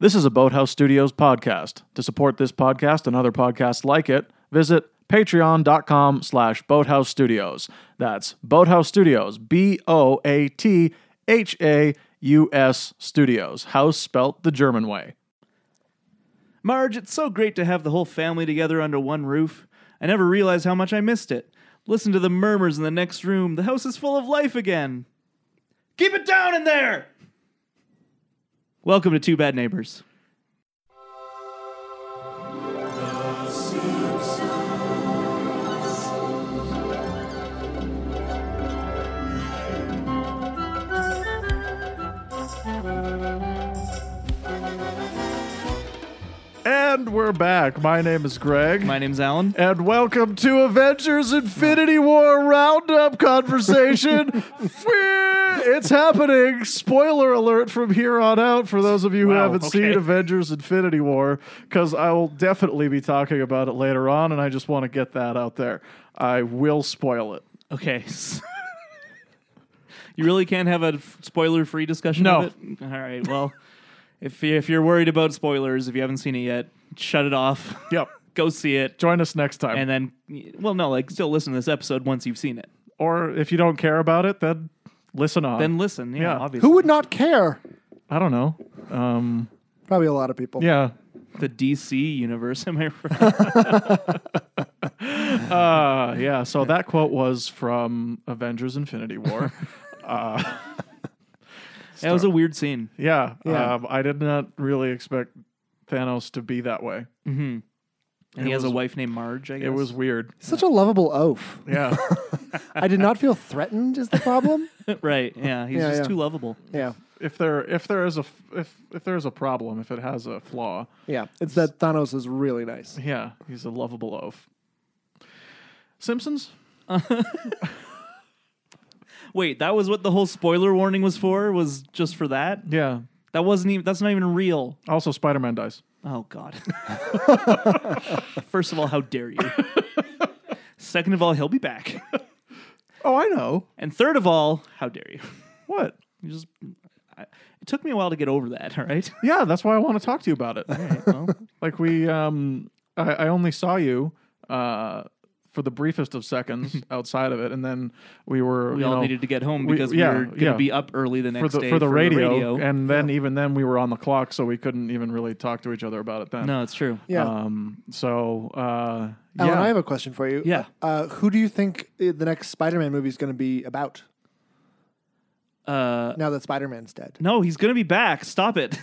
This is a Boathouse Studios podcast. To support this podcast and other podcasts like it, visit patreon.com slash boathouse studios. That's Boathouse Studios, B O A T H A U S Studios. House spelt the German way. Marge, it's so great to have the whole family together under one roof. I never realized how much I missed it. Listen to the murmurs in the next room. The house is full of life again. Keep it down in there! Welcome to Two Bad Neighbors. And we're back. My name is Greg. My name's Alan. and welcome to Avengers Infinity War Roundup Conversation. it's happening. Spoiler alert from here on out for those of you who Wow, haven't okay. seen Avengers Infinity War, because I will definitely be talking about it later on, and I just want to get that out there. I will spoil it. Okay. you really can't have a f- spoiler-free discussion No. of it? All right, well, if, you, if you're worried about spoilers, if you haven't seen it yet, shut it off. Yep. Go see it. Join us next time. And then, well, no, like, still listen to this episode once you've seen it. or if you don't care about it, then listen on. Then listen. Yeah, Yeah. obviously. Who would not care? I don't know. Um, Probably a lot of people. Yeah. the DC universe. Am I right? Uh, yeah. So that quote was from Avengers Infinity War. that was a weird scene. Yeah, Yeah. Um, I did not really expect Thanos to be that way. And he has a wife named Marge. I guess It was weird. Such a lovable oaf. Yeah, I did not feel threatened is the problem. right. Yeah, he's Yeah, just yeah. too lovable. Yeah. if there if there is a f- if if there is a problem, if it has a flaw, Yeah. It's that Thanos is really nice. yeah, he's a lovable oaf. Simpsons. Wait, that was what the whole spoiler warning was for. Was just for that. Yeah. That wasn't even. That's not even real. Also, Spider Man dies. Oh God. First of all, how dare you? Second of all, he'll be back. Oh, I know. And third of all, how dare you? What? You just. I, it took me a while to get over that. All right. Yeah, that's why I want to talk to you about it. well. like we, um, I, I only saw you. Uh, for the briefest of seconds outside of it, and then we were We you all know, needed to get home we- because we, yeah, were going to yeah. be up early the for next the, day for the radio, radio. and then even then we were on the clock, so we couldn't even really talk to each other about it then. no, Oh, it's true. Yeah. Um. So, uh, yeah, Alan, I have a question for you. Yeah. Uh, who do you think uh, the next Spider Man movie is going to be about Uh, now that Spider Man's dead? No, he's gonna be back. Stop it.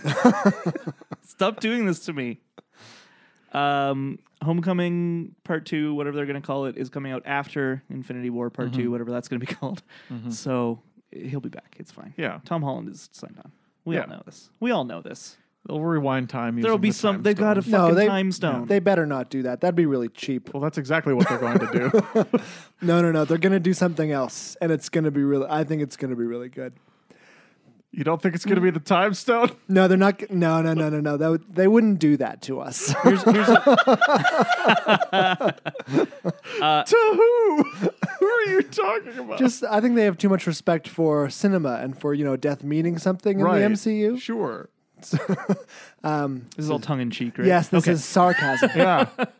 Stop doing this to me. Um, Homecoming Part Two, whatever they're gonna call it, is coming out after Infinity War Part Two, whatever that's gonna be called. So eh, he'll be back. It's fine. yeah. Tom Holland is signed on. We Yeah. all know this. We all know this. They'll rewind time. There'll using be the some. time They got a stone. fucking they- time stone. They better not do that. That'd be really cheap. well, that's exactly what they're going to do. No, no, no. They're going to do something else, and it's going to be really. I think it's going to be really good. you don't think it's going to be the time stone? No, they're not. g- No, no, no, no, no. That would, they wouldn't do that to us. Here's- here's a- Uh, to who? who are you talking about? Just, I think they have too much respect for cinema and for you know death meaning something in Right. the MCU. Sure. this is all tongue in cheek, right? Yes, this Okay. is sarcasm. Yeah. Death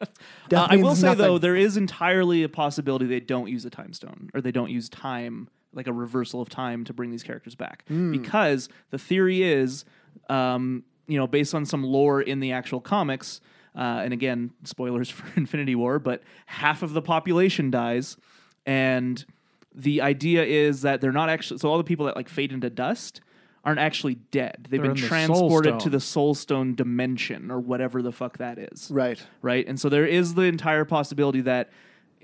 Uh, I means will say nothing. though, there is entirely a possibility they don't use a time stone or they don't use time, like a reversal of time, to bring these characters back. Hmm. Because the theory is, um, you know, based on some lore in the actual comics, uh, and again, spoilers for Infinity War, but half of the population dies, and the idea is that they're not actually so all the people that like fade into dust aren't actually dead. They've They're been in the Soul transported to Stone. the Soul Stone dimension or whatever the fuck that is right? right? And so there is the entire possibility that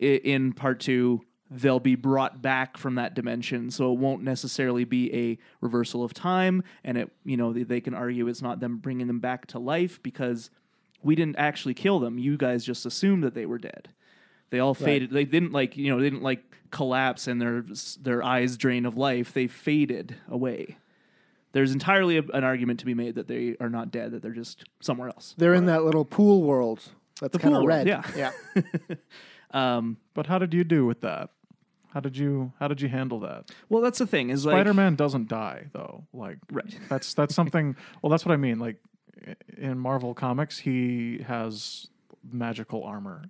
i- in part two they'll be brought back from that dimension, so it won't necessarily be a reversal of time, and it you know they, they can argue it's not them bringing them back to life because we didn't actually kill them. You guys just assumed that they were dead. They all faded. They didn't like you know they didn't like collapse and their their eyes drain of life. They faded away. There's entirely a, an argument to be made that they are not dead, that they're just somewhere else. They're in that little pool world. That's kind pool of world, red. yeah. yeah. Um, but how did you do with that? How did you how did you handle that? Well, that's the thing is like Spider Man doesn't die though. Like Right. that's that's something well that's what I mean. Like in Marvel comics, he has magical armor.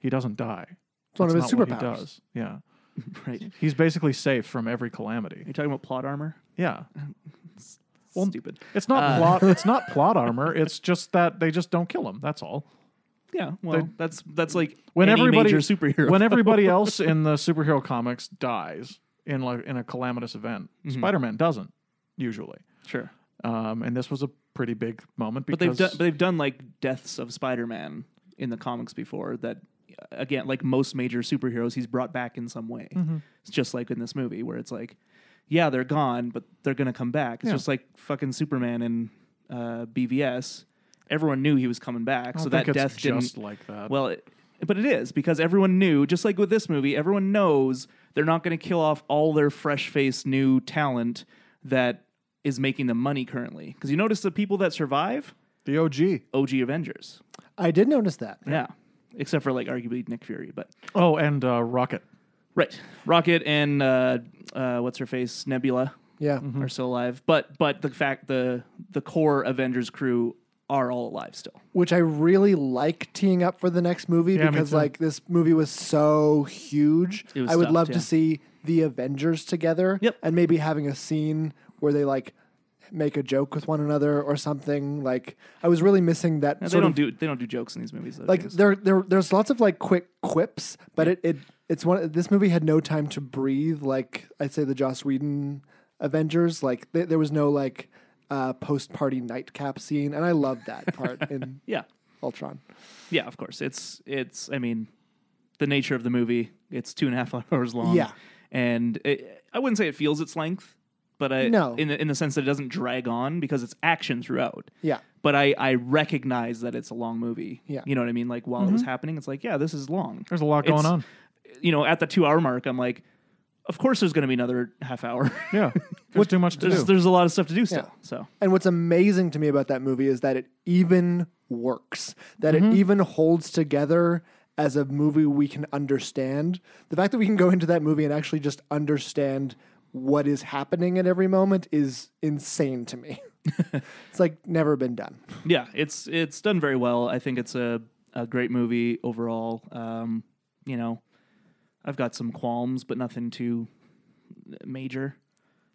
He doesn't die. It's one of his That's not what he superpowers. does. Yeah. right? You're He's basically safe from every calamity. talking about plot armor. Yeah. Well, stupid. It's not Uh, plot it's not plot armor. It's just that they just don't kill him. That's all. Yeah, well, that's that's like When any everybody major superhero. when everybody else in the superhero comics dies in like in a calamitous event, Mm-hmm. Spider-Man doesn't usually. sure, Um, and this was a pretty big moment but because they've done but they've done like deaths of Spider-Man in the comics before. That uh, again, like most major superheroes, he's brought back in some way. Mm-hmm. It's just like in this movie where it's like, yeah, they're gone, but they're gonna come back. It's Yeah. just like fucking Superman in uh, BVS. Everyone knew he was coming back, I so don't that think death it's didn't just like that. Well, it, but it is because everyone knew, just like with this movie, everyone knows they're not going to kill off all their fresh faced new talent that is making them money currently. Because you notice the people that survive, the OG. OG Avengers. I did notice that. Yeah. Except for like arguably Nick Fury, but Oh, and uh, Rocket. right, Rocket and uh, uh, what's her face Nebula Yeah. are still alive. But but the fact the the core Avengers crew are all alive still. Which I really like teeing up for the next movie me because too. like this movie was so huge. It was I would stuffed, love yeah. to see the Avengers together Yep. and maybe having a scene where they like make a joke with one another or something. Like I was really missing that Now, they sort don't of do they don't do jokes in these movies. those like days. there there there's lots of like quick quips, but it, it it's one this movie had no time to breathe like I'd say the Joss Whedon Avengers like th- there was no like uh, post party nightcap scene and I love that part in yeah. Ultron. Yeah, of course. It's it's. I mean, the nature of the movie. It's two and a half hours long. Yeah. and it, I wouldn't say it feels its length, but I No. in the, in the sense that it doesn't drag on because it's action throughout. Yeah. But I, I recognize that it's a long movie. Yeah. Mm-hmm. You know what I mean? Like while it was happening, it's like, yeah, this is long. There's a lot going It's- on. You know, at the two hour mark, I'm like, of course there's going to be another half hour. Yeah. There's too much to there's, do. there's a lot of stuff to do still. Yeah. So And what's amazing to me about that movie is that it even works, that Mm-hmm. it even holds together as a movie we can understand. The fact that we can go into that movie and actually just understand what is happening at every moment is insane to me. it's like never been done. yeah, it's it's done very well. I think it's a, a great movie overall. Um, you know, I've got some qualms, but nothing too major.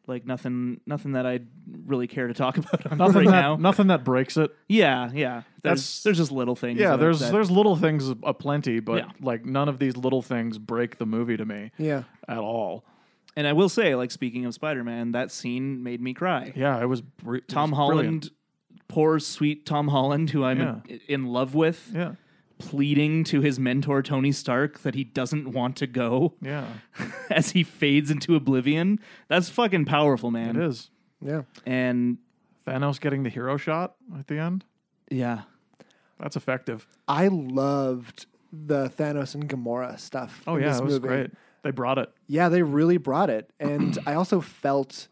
Like nothing nothing that I really care to talk about nothing right that, now. nothing that breaks it. Yeah, yeah. There's That's- there's just little things. Yeah, that- there's that- there's little things aplenty, but Yeah. like none of these little things break the movie to me Yeah. at all. and I will say, like speaking of Spider Man, that scene made me cry. Yeah, it was br- it Tom was Holland, poor sweet Tom Holland, who I'm Yeah. in, in love with, brilliant. pleading to his mentor Tony Stark that he doesn't want to go. Yeah, yeah, as he fades into oblivion. That's fucking powerful, man. it is. Yeah. And Thanos getting the hero shot at the end. yeah, That's effective. I loved the Thanos and Gamora stuff. Oh in yeah, this it was movie. great. They brought it. Yeah, they really brought it. And I also felt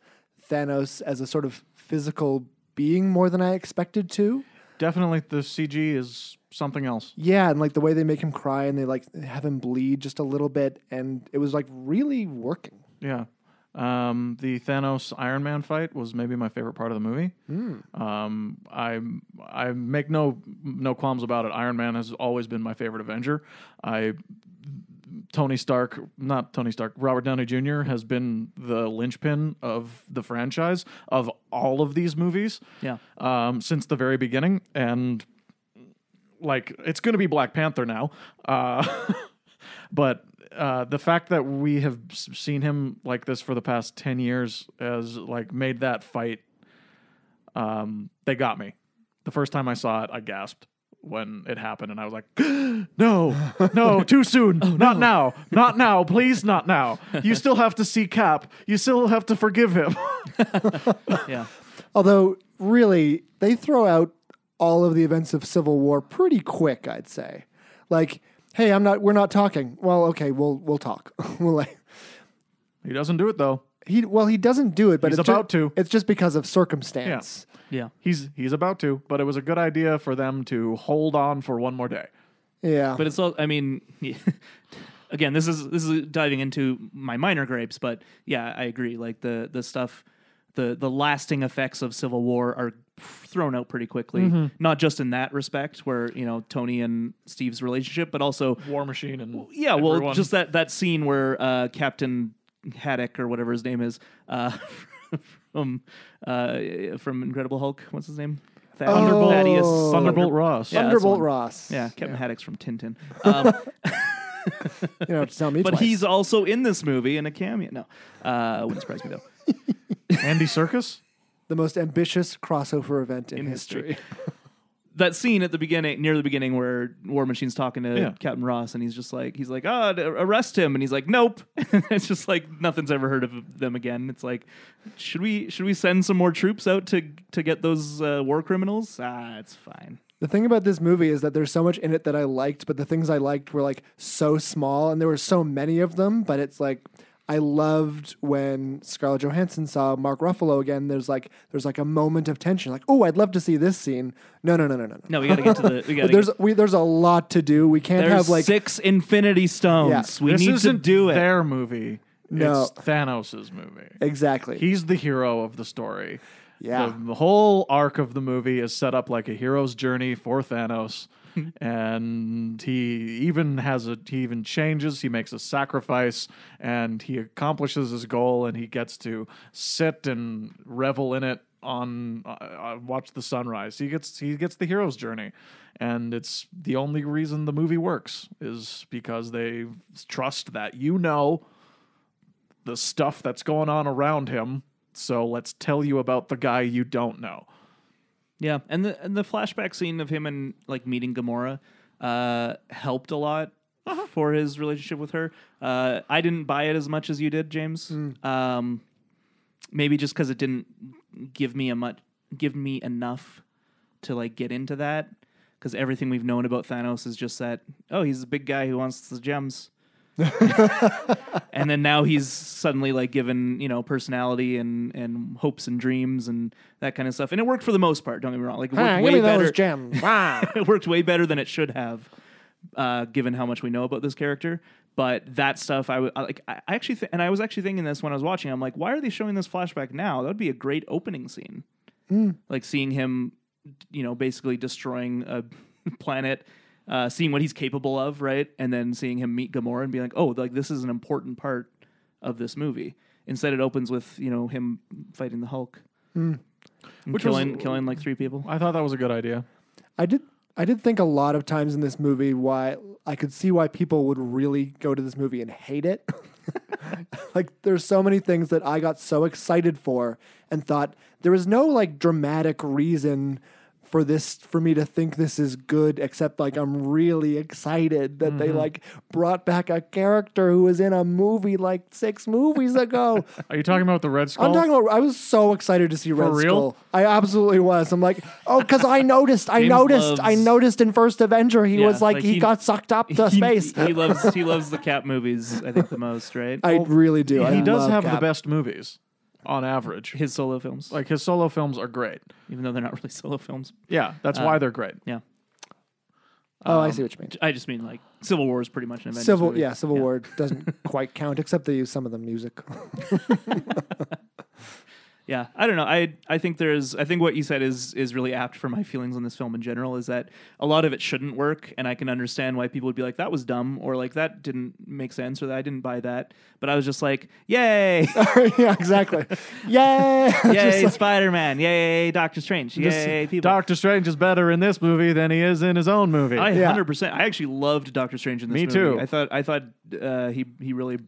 Thanos as a sort of physical being more than I expected to. Definitely, the CG is something else. Yeah, and like the way they make him cry and they like have him bleed just a little bit, and it was like really working. Yeah. Um, the Thanos Iron Man fight was maybe my favorite part of the movie. Um, I I make no no qualms about it. Iron Man has always been my favorite Avenger. I Tony Stark, not Tony Stark, Robert Downey Jr. has been the linchpin of the franchise of all of these movies yeah, um, since the very beginning, and like it's going to be Black Panther now. Uh, but uh, the fact that we have s- seen him like this for the past ten years has like made that fight. Um, they got me. The first time I saw it, I gasped when it happened, and I was like, "No, no, too soon. not now. Not now. Please, not now. You still have to see Cap. You still have to forgive him." yeah. Although, really, they throw out all of the events of Civil War pretty quick, I'd say. Like, hey, I'm not. We're not talking. Well, okay, we'll we'll talk. we'll like, he doesn't do it though. he well, he doesn't do it, but He's it's ju- about to. It's just because of circumstance. yeah. He's he's about to, but it was a good idea for them to hold on for one more day. Yeah, But it's all. I mean, again, this is this is diving into my minor gripes, but yeah, I agree. Like the the stuff, the the lasting effects of Civil War are thrown out pretty quickly. Mm-hmm. Not just in that respect, where you know Tony and Steve's relationship, but also War Machine and yeah, well, everyone. just that that scene where uh, Captain Haddock or whatever his name is uh, from uh, from Incredible Hulk. What's his name? Thad- Thunderbolt. Thaddeus Oh. Thunderbolt Ross. Yeah, that's Thunderbolt one. Ross. Yeah, Captain Haddock's from Tintin. Um, You know, tell me but twice. he's also in this movie in a cameo. No, uh, wouldn't surprise me though. Andy Circus. the most ambitious crossover event in, history. that scene at the beginning, near the beginning, where War Machine's talking to Yeah. Captain Ross, and he's just like, he's like, "Ah, d- arrest him," and he's like, "Nope." it's just like nothing's ever heard of them again. It's like, should we should we send some more troops out to to get those uh, war criminals? Ah, it's fine. The thing about this movie is that there's so much in it that I liked, but the things I liked were like so small and there were so many of them, but it's like I loved when Scarlett Johansson saw Mark Ruffalo again. There's like there's like a moment of tension, like, oh, I'd love to see this scene. No, no, no, no, no, no. No, we gotta get to the. We gotta There's get, we there's a lot to do. We can't there's have like six Infinity Stones. Yeah. We this need to isn't do it. their movie. No. It's Thanos' movie. exactly. He's the hero of the story. Yeah. The, the whole arc of the movie is set up like a hero's journey for Thanos. and he even has a he even changes, he makes a sacrifice and he accomplishes his goal and he gets to sit and revel in it on uh, uh, watch the sunrise. He gets he gets the hero's journey and it's the only reason the movie works is because they trust that you know the stuff that's going on around him. So let's tell you about the guy you don't know. Yeah, and the and the flashback scene of him and like meeting Gamora uh, helped a lot for his relationship with her. Uh, I didn't buy it as much as you did, James. Um, maybe just because it didn't give me a much give me enough to like get into that. Because everything we've known about Thanos is just that oh he's a big guy who wants the gems. and then now he's suddenly like given you know personality and and hopes and dreams and that kind of stuff and it worked for the most part don't get me wrong like it worked Ah, give way me better those gems. it worked way better than it should have uh, given how much we know about this character but that stuff i w- I, like i I actually th- and i was actually thinking this when i was watching i'm like why are they showing this flashback now that would be a great opening scene like seeing him you know basically destroying a planet uh, seeing what he's capable of right and then seeing him meet gamora and being like oh like this is an important part of this movie instead it opens with you know him fighting the hulk And Which was- killing killing like three people I thought that was a good idea. I did I did think a lot of times in this movie why I could see why people would really go to this movie and hate it. like there's so many things that I got so excited for and thought there was no like dramatic reason for this for me to think this is good except like I'm really excited that they like brought back a character who was in a movie like 6 movies ago. Are you talking about the Red Skull? I'm talking about. I was so excited to see Red real? Skull. I absolutely was. I'm like, oh, because I noticed. I James noticed. loves- I noticed in First Avenger he Yeah, was like, like he, he- got sucked up to he, space. he loves he loves the Cap movies. I think the most, right? I really do. I he does love have the Cap. best movies on average. His solo films, Like his solo films are great. even though they're not really solo films. Yeah, Uh, that's why they're great. Yeah, Oh, I see what you mean. I just mean like Civil War is pretty much an um, Avengers Civil, movie. yeah, Civil War doesn't quite count except they use some of the music. Yeah, I don't know. I I think there's I think what you said is is really apt for my feelings on this film in general is that a lot of it shouldn't work and I can understand why people would be like that was dumb or like that didn't make sense or that I didn't buy that. But I was just like, "Yay! yeah, exactly. Yay! Yay, Spider-Man! Yay, Doctor Strange! Yay, people!" Doctor Strange is better in this movie than he is in his own movie. I Yeah. hundred percent. I actually loved Doctor Strange in this Me movie. too. I thought I thought uh, he he really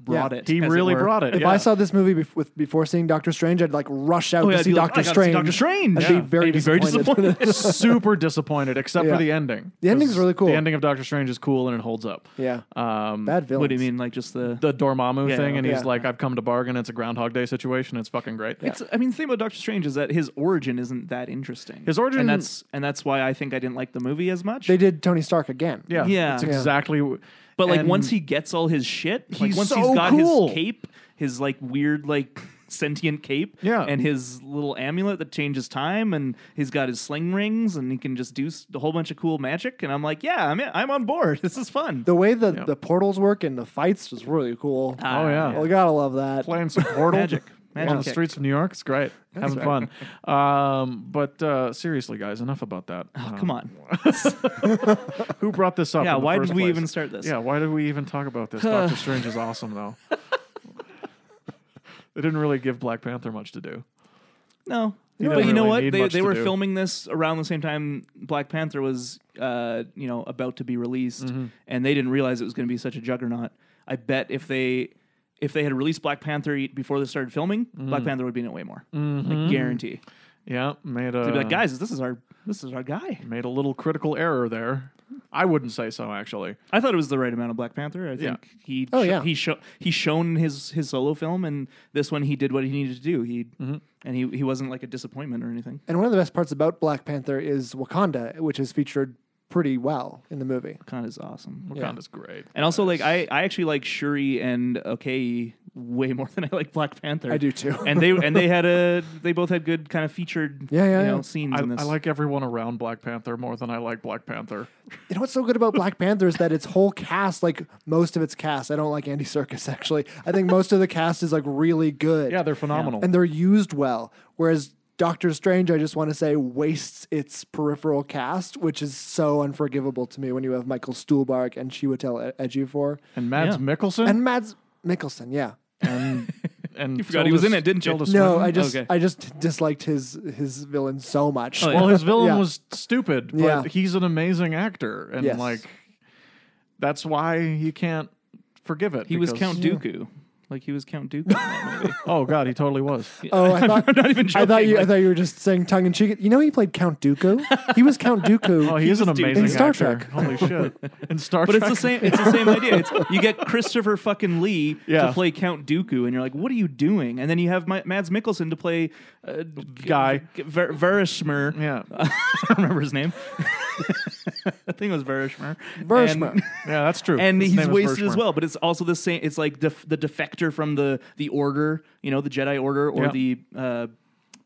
brought Yeah. it. he as really were. brought it. If yeah. I saw this movie bef- with, before seeing Doctor Strange, I'd like rush out Oh, yeah, to I'd see be like, Doctor "I gotta see Strange. Doctor Strange. I'd Yeah. be very I'd be very disappointed. super disappointed, except Yeah. for the ending. The ending's 'Cause really cool. The ending of Doctor Strange is cool and it holds up. yeah, Um, bad villain. What do you mean? Like just the. the Dormammu Yeah, thing, and yeah. he's like, "I've come to bargain." It's a Groundhog Day situation. It's fucking great. it's. I mean, the thing about Doctor Strange is that his origin isn't that interesting. His origin- and that's and that's why I think I didn't like the movie as much. They did Tony Stark again. Yeah, Yeah. It's Yeah. exactly. w- but like and once he gets all his shit, like He's once so he's got cool. his cape, his like weird like sentient cape, Yeah. and his little amulet that changes time, and he's got his sling rings, and he can just do s- a whole bunch of cool magic, and I'm like, yeah, I'm in, I'm on board. This is fun. The way the, the portals work and the fights was really cool. Oh yeah, Well, gotta love that. playing some portal. magic. on Magic the kick. streets of New York. It's great, having fun. Um, but uh, seriously, guys, enough about that. Uh, Oh, come on. Who brought this up? Yeah, in the why first did we place? even start this? Yeah, why did we even talk about this? Doctor Strange is awesome, though. they didn't really give Black Panther much to do. No. You but don't you know really what? need They, much they to were do. filming this around the same time Black Panther was, uh, you know, about to be released, and they didn't realize it was going to be such a juggernaut. I bet if they if they had released Black Panther e- before they started filming, Black Panther would be in it way more. I guarantee. Yeah, made a They'd be like, guys, this is our this is our guy. made a little critical error there. I wouldn't say so, actually. I thought it was the right amount of Black Panther. I think he Oh, sho- yeah. he sho- he shown his his solo film, and this one he did what he needed to do. He and he he wasn't like a disappointment or anything. And one of the best parts about Black Panther is Wakanda, which is featured pretty well in the movie. Kind of awesome. Wakanda's great. And also, like, I, I actually like Shuri and Okay way more than I like Black Panther. I do too. and they and they had a they both had good kind of featured Yeah, yeah, you know, yeah. scenes I, in this. I like everyone around Black Panther more than I like Black Panther. You know what's so good about Black Panther is that its whole cast, like most of its cast, I don't like Andy Circus actually. I think most of the cast is like really good. Yeah, they're phenomenal. and they're used well. Whereas Doctor Strange, I just want to say, wastes its peripheral cast, which is so unforgivable to me when you have Michael Stuhlbarg and Chiwetel E- Ejiofor And, Mads Yeah. Mikkelsen and Uh-huh. Mads Mikkelsen. Yeah, and and You forgot he was Tilda- in it, didn't you? Tilda no, Swinton? I just Okay. I just disliked his his villain so much. Oh, yeah. Well, his villain Yeah. was stupid, but Yeah. he's an amazing actor, and Yes. like that's why you can't forgive it. he was because- Count Dooku. Like he was Count Dooku in that movie. Oh god, he totally was. Oh, I thought I'm not even joking. I thought you I like, thought you were just saying tongue in cheek. You know, he played Count Dooku. he was Count Dooku. Oh, he, is an was Dooku. amazing In Star actor. Trek. Holy shit! In Star but Trek, it's the same. It's the same idea. It's, you get Christopher fucking Lee Yeah. to play Count Dooku, and you're like, "What are you doing?" And then you have my, Mads Mikkelsen to play uh, Guy. Ver- Verishmer. Yeah, I don't remember his name. I think it was Verishmer. Verishmer. And- yeah, that's true. and His he's name is wasted as Vershmer. well. But it's also the same. It's like def- the defector from the the order, you know, the Jedi Order or Yeah. the uh,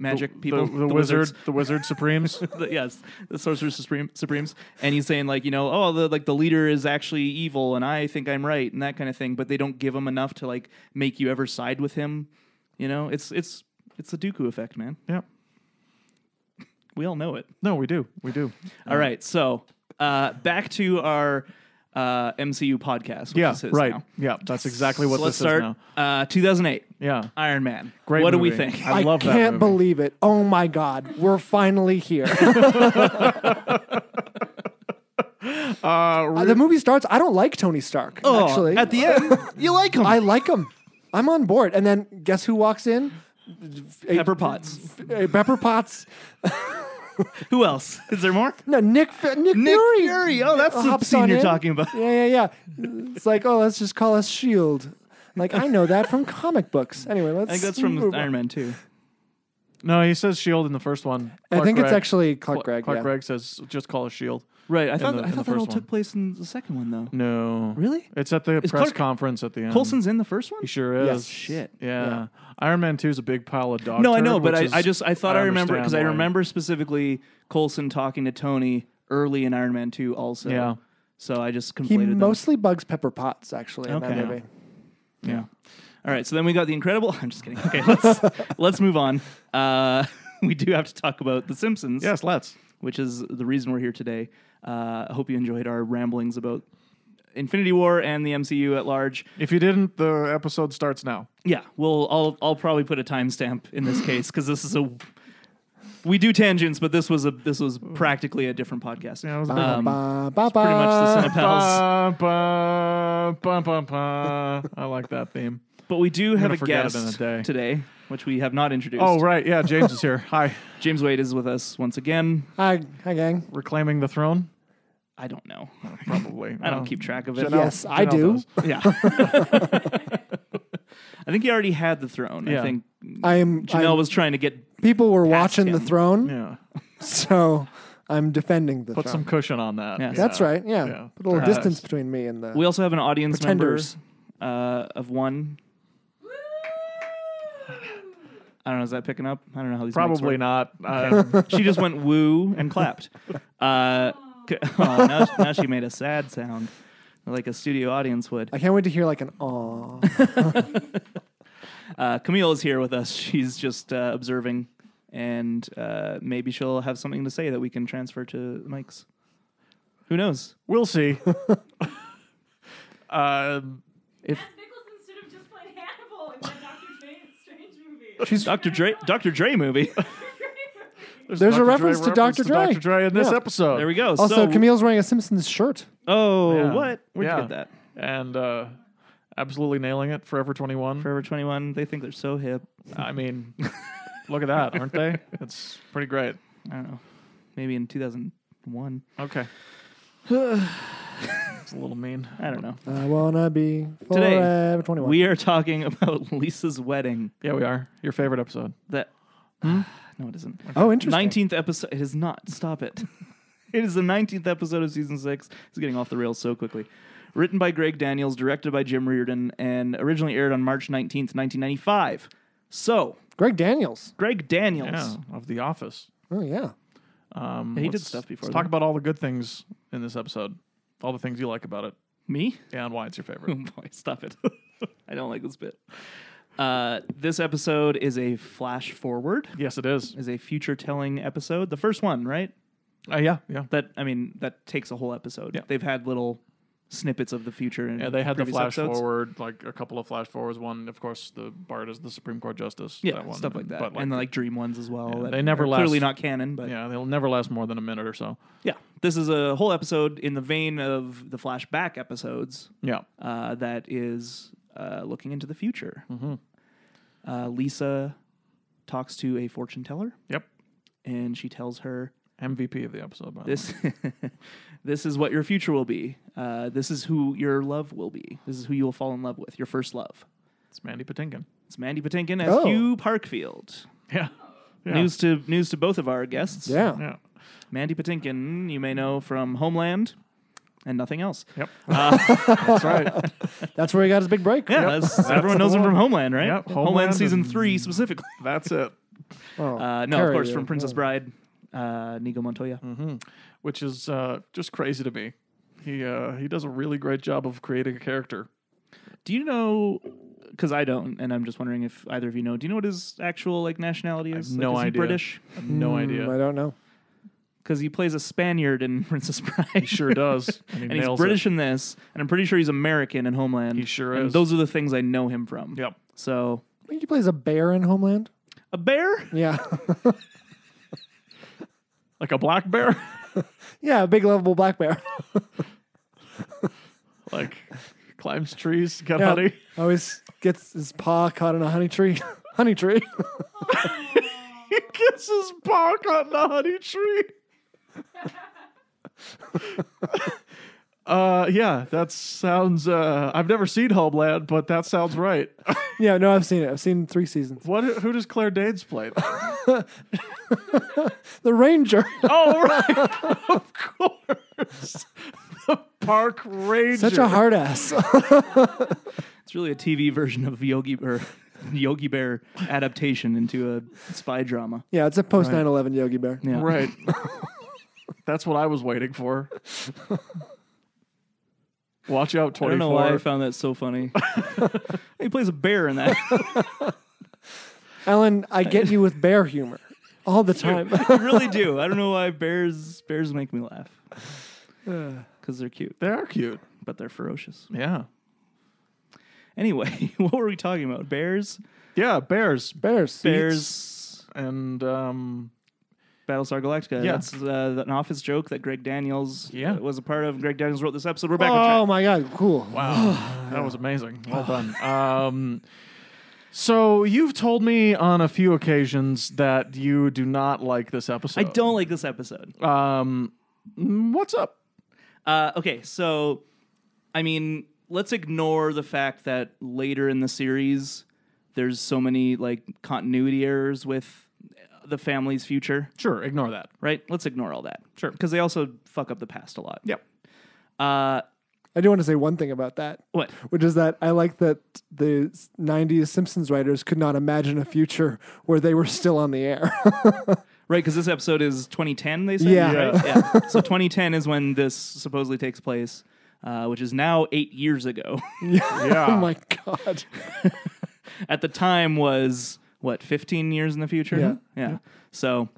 magic The- people, the, wizard, the wizard supremes. The- yes, the sorcerer supreme, supremes, and he's saying like, you know, oh, the like the leader is actually evil, and I think I'm right, and that kind of thing. But they don't give him enough to like make you ever side with him. You know, it's it's it's the Dooku effect, man. yeah, We all know it. no, we do, we do. All right, so uh, back to our uh, MCU podcast. Which Yeah, is his right. now. Yeah, that's exactly what So this let's start. is now. Uh, 2008. Yeah, Iron Man. great. What do we movie. think? I, love that. can't movie. believe it. Oh my god, we're finally here. Uh, Uh, the movie starts. I don't like Tony Stark. actually, Oh, at the end, you like him. I like him. I'm on board. And then guess who walks in? Pepper Potts. Uh, Pepper Potts. Who else? Is there more? No, Nick. F- Nick, Nick Fury. Fury. Oh, that's the Hops scene on you're in. talking about. Yeah, yeah, yeah. It's like, oh, let's just call us Shield. I'm Like I know that from comic books. Anyway, let's. I think that's from move on. Iron Man 2. no, he says Shield E in the first one. I Clark think it's Gregg- actually Clark Gregg. Clark yeah. Gregg says, "Just call us Shield." Right. I thought, the- I in the thought that all first one. took place in the second one, though. No, Really? It's at the press Clark- conference at the end. Colson's in the first one? He sure is. Yes. Shit. Yeah. Iron Man 2 is a big pile of dog. No, I turd, know, but which I, is- I just I thought I, remember understand because I why. remember specifically Colson talking to Tony early in Iron Man 2 also. Yeah. So I just He conflated them. mostly bugs Pepper Potts actually in Okay. that movie. Yeah. All right. So then we got the Incredible. I'm just kidding. Okay, let's let's move on. Uh, we do have to talk about The Simpsons, Yes, let's. which is the reason we're here today. Uh, I hope you enjoyed our ramblings about Infinity War and the MCU at large. If you didn't, the episode starts now. Yeah. Well, I'll I'll probably put a timestamp in this case because this is a we do tangents, but this was a this was practically a different podcast. Yeah, it was a big Um, Ba, ba, pretty much the ba. Cinepals. Ba, ba, ba, ba, ba. I like that theme. But we do have gonna a forget it guest in a day. today, which we have not introduced. Oh, right. Yeah, James is here. Hi. James Wade is with us once again. Hi, hi, gang. Reclaiming the throne? I don't know. Probably. I don't Oh. keep track of it. Janelle- Yes, I Janelle do. does. Yeah. I think he already had the throne. Yeah. I think I'm. Janelle I'm- was trying to get. people were past watching the him. throne, Yeah. so I'm defending the Put throne. some cushion on that. Yes. That's right. Yeah, Yeah. put a little Uh, distance between me and the. We also have an audience Pretenders. member uh, of one. I don't know. Is that picking up? I don't know how these. mics Probably work. not. Um, She just went woo and clapped. Uh, c- oh, now, now she made a sad sound, like a studio audience would. I can't wait to hear like an aw. Uh, Camille is here with us. She's just uh, observing, and uh, maybe she'll have something to say that we can transfer to Mike's. Who knows? We'll see. um, Matt Nicholson should have just played Hannibal in that Doctor Strange movie. She's Dr. Dre, Dr. Dre movie. There's a Dr. Dre reference to Dr. Dre. Dr. Dre in this Yeah. episode. there we go. also so, Camille's wearing a Simpsons shirt. Oh, Yeah. what? Where'd Yeah. you get that? And uh, absolutely nailing it. Forever 21. Forever 21. They think they're so hip. I mean, look at that, aren't they? It's pretty great. I don't know. Maybe in 2001. Okay. it's a little mean. I don't know. I wanna be Today, forever 21. We are talking about Lisa's wedding. Yeah, we are. Your favorite episode. That hmm? no, it isn't. oh, interesting. Nineteenth episode. It is not. Stop it. it is the nineteenth episode of season six. It's getting off the rails so quickly. Written by Greg Daniels, directed by Jim Reardon, and originally aired on March nineteenth, nineteen ninety five. So Greg Daniels. Greg Daniels. Yeah, of The Office. Oh yeah. Um, Yeah, he did let's- stuff before Let's talk that. about all the good things in this episode. All the things you like about it Me? yeah, and why it's your favorite. Oh boy, stop it. I don't like this bit. Uh, this episode is a flash forward. yes, it is. Is a future telling episode. The first one, right? Uh, yeah, yeah. That I mean, that takes a whole episode. Yeah. They've had little snippets of the future. In Yeah, they had the previous flash episodes. forward, like a couple of flash forwards. One, of course, the Bart is the Supreme Court Justice. Yeah, that one. stuff like that, But, and like dream ones as well. Yeah, that they never are clearly last. not canon, but yeah. yeah, they'll never last more than a minute or so. this is a whole episode in the vein of the flashback episodes Yeah, uh, that is uh, looking into the future. Mm-hmm. Uh, Lisa talks to a fortune teller, yep. and she tells her MVP of the episode. By the way. this this is what your future will be. Uh, this is who your love will be. This is who you will fall in love with. Your first love. It's Mandy Patinkin. It's Mandy Patinkin as Oh. Hugh Parkfield. Yeah. yeah. News to news to both of our guests. Yeah. Yeah. Mandy Patinkin, you may know from Homeland and nothing else. Yep. Uh, That's right. That's where he got his big break. Yeah, that's, everyone knows him from Homeland, right? Yep, Homeland, Homeland season and- three specifically. That's it. Oh, Uh, no, Carrie, of course, yeah. Oh, from Princess Bride, uh, Nico Montoya. Mm-hmm. Which is uh, just crazy to me. He uh, he does a really great job of creating a character. Do you know? Because I don't, and I'm just wondering if either of you know. Do you know what his actual like nationality is? Like, no is he idea. British? I have no Hmm, I idea. don't know. Because he plays a Spaniard in Princess Bride. He sure does. And, he and he's nails British in this, and I'm pretty sure he's American in Homeland. He sure and is. Those are the things I know him from. It. Yep. So I think he plays a bear in Homeland. a bear. Yeah. Like a black bear. yeah, a big lovable black bear. like climbs trees, got Yeah. honey. Always gets his paw caught in a honey tree. honey tree. He gets his paw caught in a honey tree. uh, yeah, that sounds. Uh, I've never seen Homeland, but that sounds right. yeah, no, I've seen it. I've seen three seasons. what? Who does Claire Danes play? The Ranger. oh, right, of course, the Park Ranger. Such a hard ass. It's really a TV version of Yogi Bear, Yogi Bear adaptation into a spy drama. yeah, it's a post 9 11 Yogi Bear. Yeah. right. That's what I was waiting for. Watch out, I twenty-four. don't know why I found that so funny. he plays a bear in that. Alan, I get you with bear humor all the time. I really do. I don't know why bears bears make me laugh. Because they're cute, they are cute. but they're ferocious. Yeah, Anyway, what were we talking about? Bears, yeah. Bears, Bears. bears, and um, Battlestar Galactica. Yeah. That's uh, an office joke that Greg Daniels uh, Yeah. was a part of. Greg Daniels wrote this episode. We're back Oh on track. my God, cool. Wow, that was amazing. Well done. Um, so you've told me on a few occasions that you do not like this episode. I don't like this episode. Um, mm, what's up? Uh, okay, so I mean, let's ignore the fact that later in the series, there's so many like continuity errors with the family's future, Sure, ignore that. right? Let's ignore all that, Sure. because they also fuck up the past a lot. Yep. Uh, I do want to say one thing about that, what? which is that I like that the 90s Simpsons writers could not imagine a future where they were still on the air. Right, because this episode is 2010. They said, Yeah. Right? yeah. So 2010 is when this supposedly takes place, uh, which is now eight years ago. Yeah. oh my God. at the time was what 15 years in the future. Yeah. So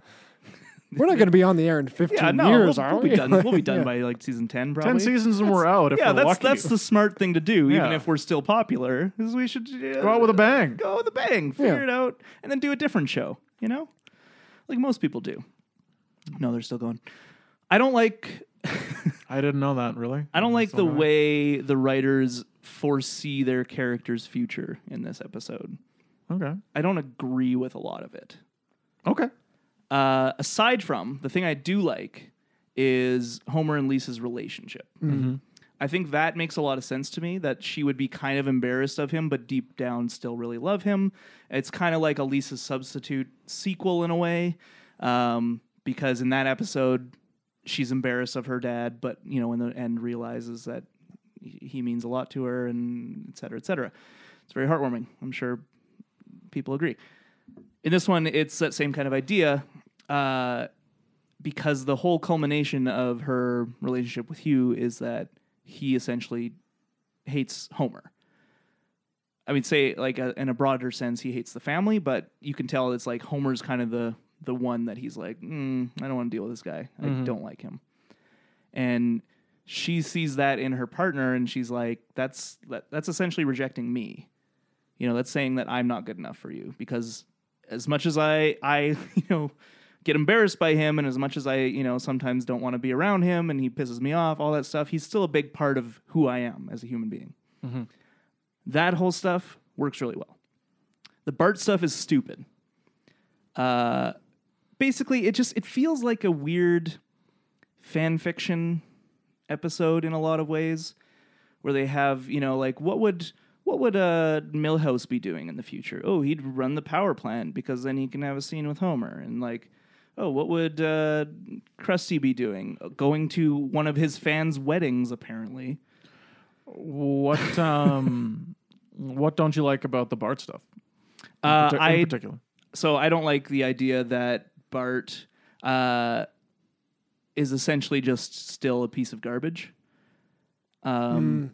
We're not going to be on the air in 15 yeah, no, years, we'll, are we'll we? be done. We'll be done Yeah. by like season 10 probably. Ten seasons and we're out. If Yeah, we're that's lucky. that's the smart thing to do, even Yeah. if we're still popular. Is we should uh, go out with a bang. go with a bang, figure Yeah. it out, and then do a different show. You know, like most people do. No, they're still going. I don't like. I didn't know that really. I don't like That's the all right. way the writers foresee their character's future in this episode. Okay. I don't agree with a lot of it. Okay. Uh, aside from the thing I do like is Homer and Lisa's relationship. I think that makes a lot of sense to me that she would be kind of embarrassed of him, but deep down still really love him. It's kind of like a Lisa substitute sequel in a way, um, because in that episode, she's embarrassed of her dad, but you know, in the end, realizes that he he means a lot to her, and et cetera, et cetera. It's very heartwarming. I'm sure people agree. In this one, it's that same kind of idea. Uh, because the whole culmination of her relationship with Hugh is that he essentially hates Homer. I mean, say like uh in a broader sense, he hates the family, but you can tell it's like Homer's kind of the the one that he's like, mm, I don't want to deal with this guy. I don't like him, and she sees that in her partner, and she's like, that's that, that's essentially rejecting me. You know, that's saying that I'm not good enough for you because as much as I I you know get embarrassed by him and as much as I you know sometimes don't want to be around him and he pisses me off all that stuff he's still a big part of who I am as a human being. That whole stuff works really well. The Bart stuff is stupid. Uh, basically, it just it feels like a weird fan fiction episode in a lot of ways where they have you know like what would what would uh Milhouse be doing in the future? Oh, he'd run the power plant because then he can have a scene with Homer and like oh what would uh Krusty be doing? Going to one of his fans' weddings apparently. What um, what don't you like about the Bart stuff? In, Uh, parti- in I particular. so I don't like the idea that Bart uh, is essentially just still a piece of garbage. Um,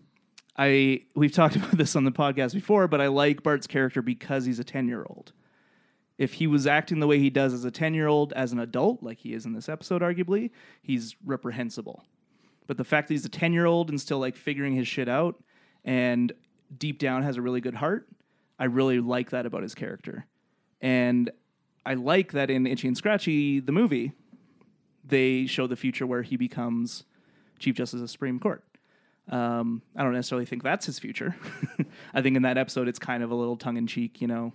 I we've talked about this on the podcast before, but I like Bart's character because he's a ten year old. If he was acting the way he does as a ten year old, as an adult, like he is in this episode, arguably, he's reprehensible. But the fact that he's a ten year old and still like figuring his shit out, and deep down has a really good heart, I really like that about his character. And I like that in Itchy and Scratchy, the movie, they show the future where he becomes Chief Justice of the Supreme Court. Um, I don't necessarily think that's his future. I think in that episode, it's kind of a little tongue in cheek, you know,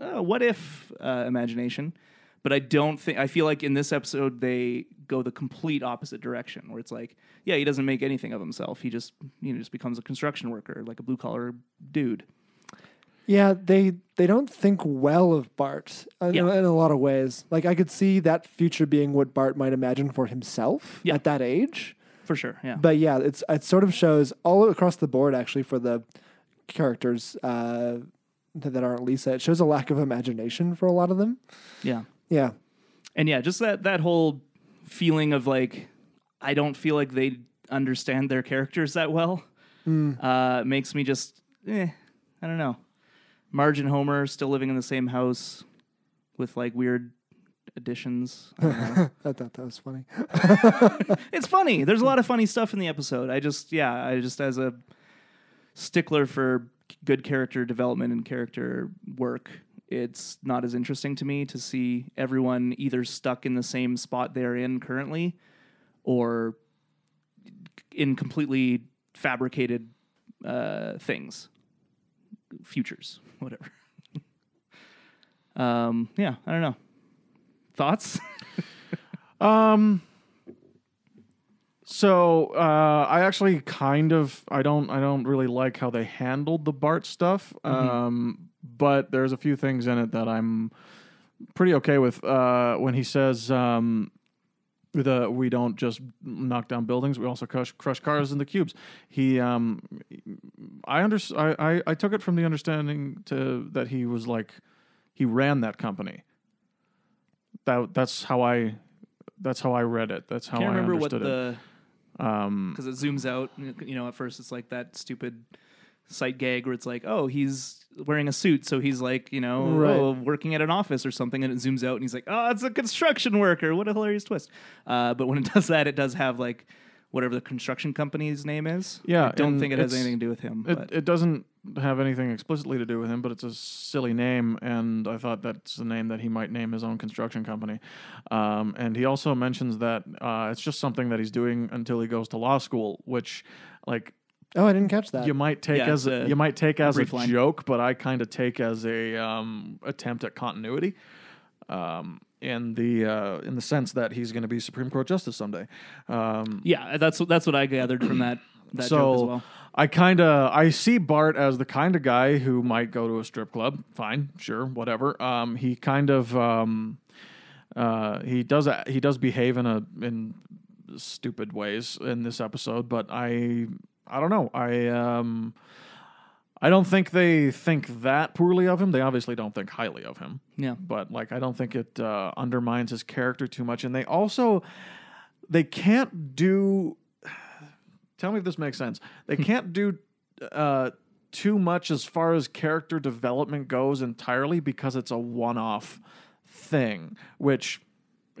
uh, what if uh, imagination. But I don't think, I feel like in this episode, they go the complete opposite direction where it's like, yeah, he doesn't make anything of himself. He just, you know, just becomes a construction worker, like a blue collar dude. Yeah, they they don't think well of Bart in, Yeah. in a lot of ways. Like I could see that future being what Bart might imagine for himself Yeah. at that age. For sure. Yeah. But yeah, it's it sort of shows all across the board actually for the characters uh, that that aren't Lisa. It shows a lack of imagination for a lot of them. yeah. Yeah, and yeah, just that that whole feeling of like I don't feel like they understand their characters that well uh, makes me just eh, I don't know. Marge and Homer still living in the same house with like weird additions. I don't know. I thought that was funny. it's funny. There's a lot of funny stuff in the episode. I just yeah, I just as a stickler for good character development and character work, it's not as interesting to me to see everyone either stuck in the same spot they're in currently or in completely fabricated uh, things, futures, whatever. um, yeah, I don't know. Thoughts? Um. So uh, I actually kind of I don't I don't really like how they handled the Bart stuff. Mm-hmm. Um, but there's a few things in it that I'm pretty okay with. Uh, when he says um, the we don't just knock down buildings, we also crush crush cars in the cubes. He um, I under I, I I took it from the understanding to that he was like he ran that company. That that's how I that's how I read it. That's how can't I remember what understood it. the Um, because it zooms out. and it- You know, at first it's like that stupid sight gag where it's like, oh, he's wearing a suit, so he's like, you know, Right. oh, working at an office or something, and it zooms out, and he's like, oh, it's a construction worker. What a hilarious twist! Uh, but when it does that, it does have like whatever the construction company's name is. Yeah, I don't and think it has it's- anything to do with him. It, but it doesn't have anything explicitly to do with him, but it's a silly name, and I thought that's the name that he might name his own construction company. Um, and he also mentions that uh, it's just something that he's doing until he goes to law school, which, like, Oh, I didn't catch that. you might take Uh, Yeah, as it's a, a you might take as a brief line. joke, but I kind of take as a um, attempt at continuity, um, in the uh, in the sense that he's going to be Supreme Court justice someday. Um, yeah, that's that's what I gathered from that that joke as well. I kind of I see Bart as the kind of guy who might go to a strip club. Fine, sure, whatever. Um, he kind of um, uh, he does a, he does behave in a in stupid ways in this episode, but I I don't know. I um I don't think they think that poorly of him. They obviously don't think highly of him Yeah. but like I don't think it uh, undermines his character too much. And they also they can't do. Tell me if this makes sense. They can't do uh, too much as far as character development goes entirely because it's a one-off thing. Which,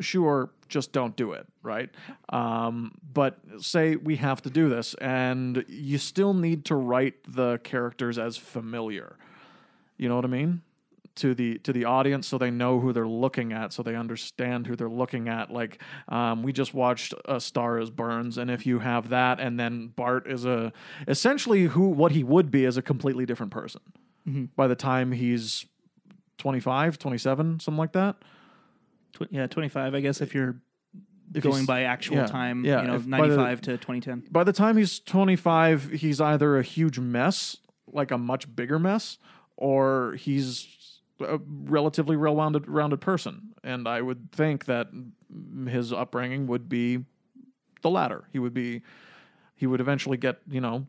sure, just don't do it, right? Um, but say we have to do this, and you still need to write the characters as familiar. You know what I mean? To the to the audience, so they know who they're looking at, so they understand who they're looking at. Like um, we just watched A Star Is Burns, and if you have that, and then Bart is a essentially who what he would be is a completely different person Mm-hmm. by the time he's 25, 27, something like that. Tw- yeah, 25, I guess, if you're If going he's- by actual yeah, time, yeah, you know, if by the- 95 to 2010. by the time he's 25 he's either a huge mess like a much bigger mess or he's a relatively well-rounded rounded person and i would think that his upbringing would be the latter he would be he would eventually get you know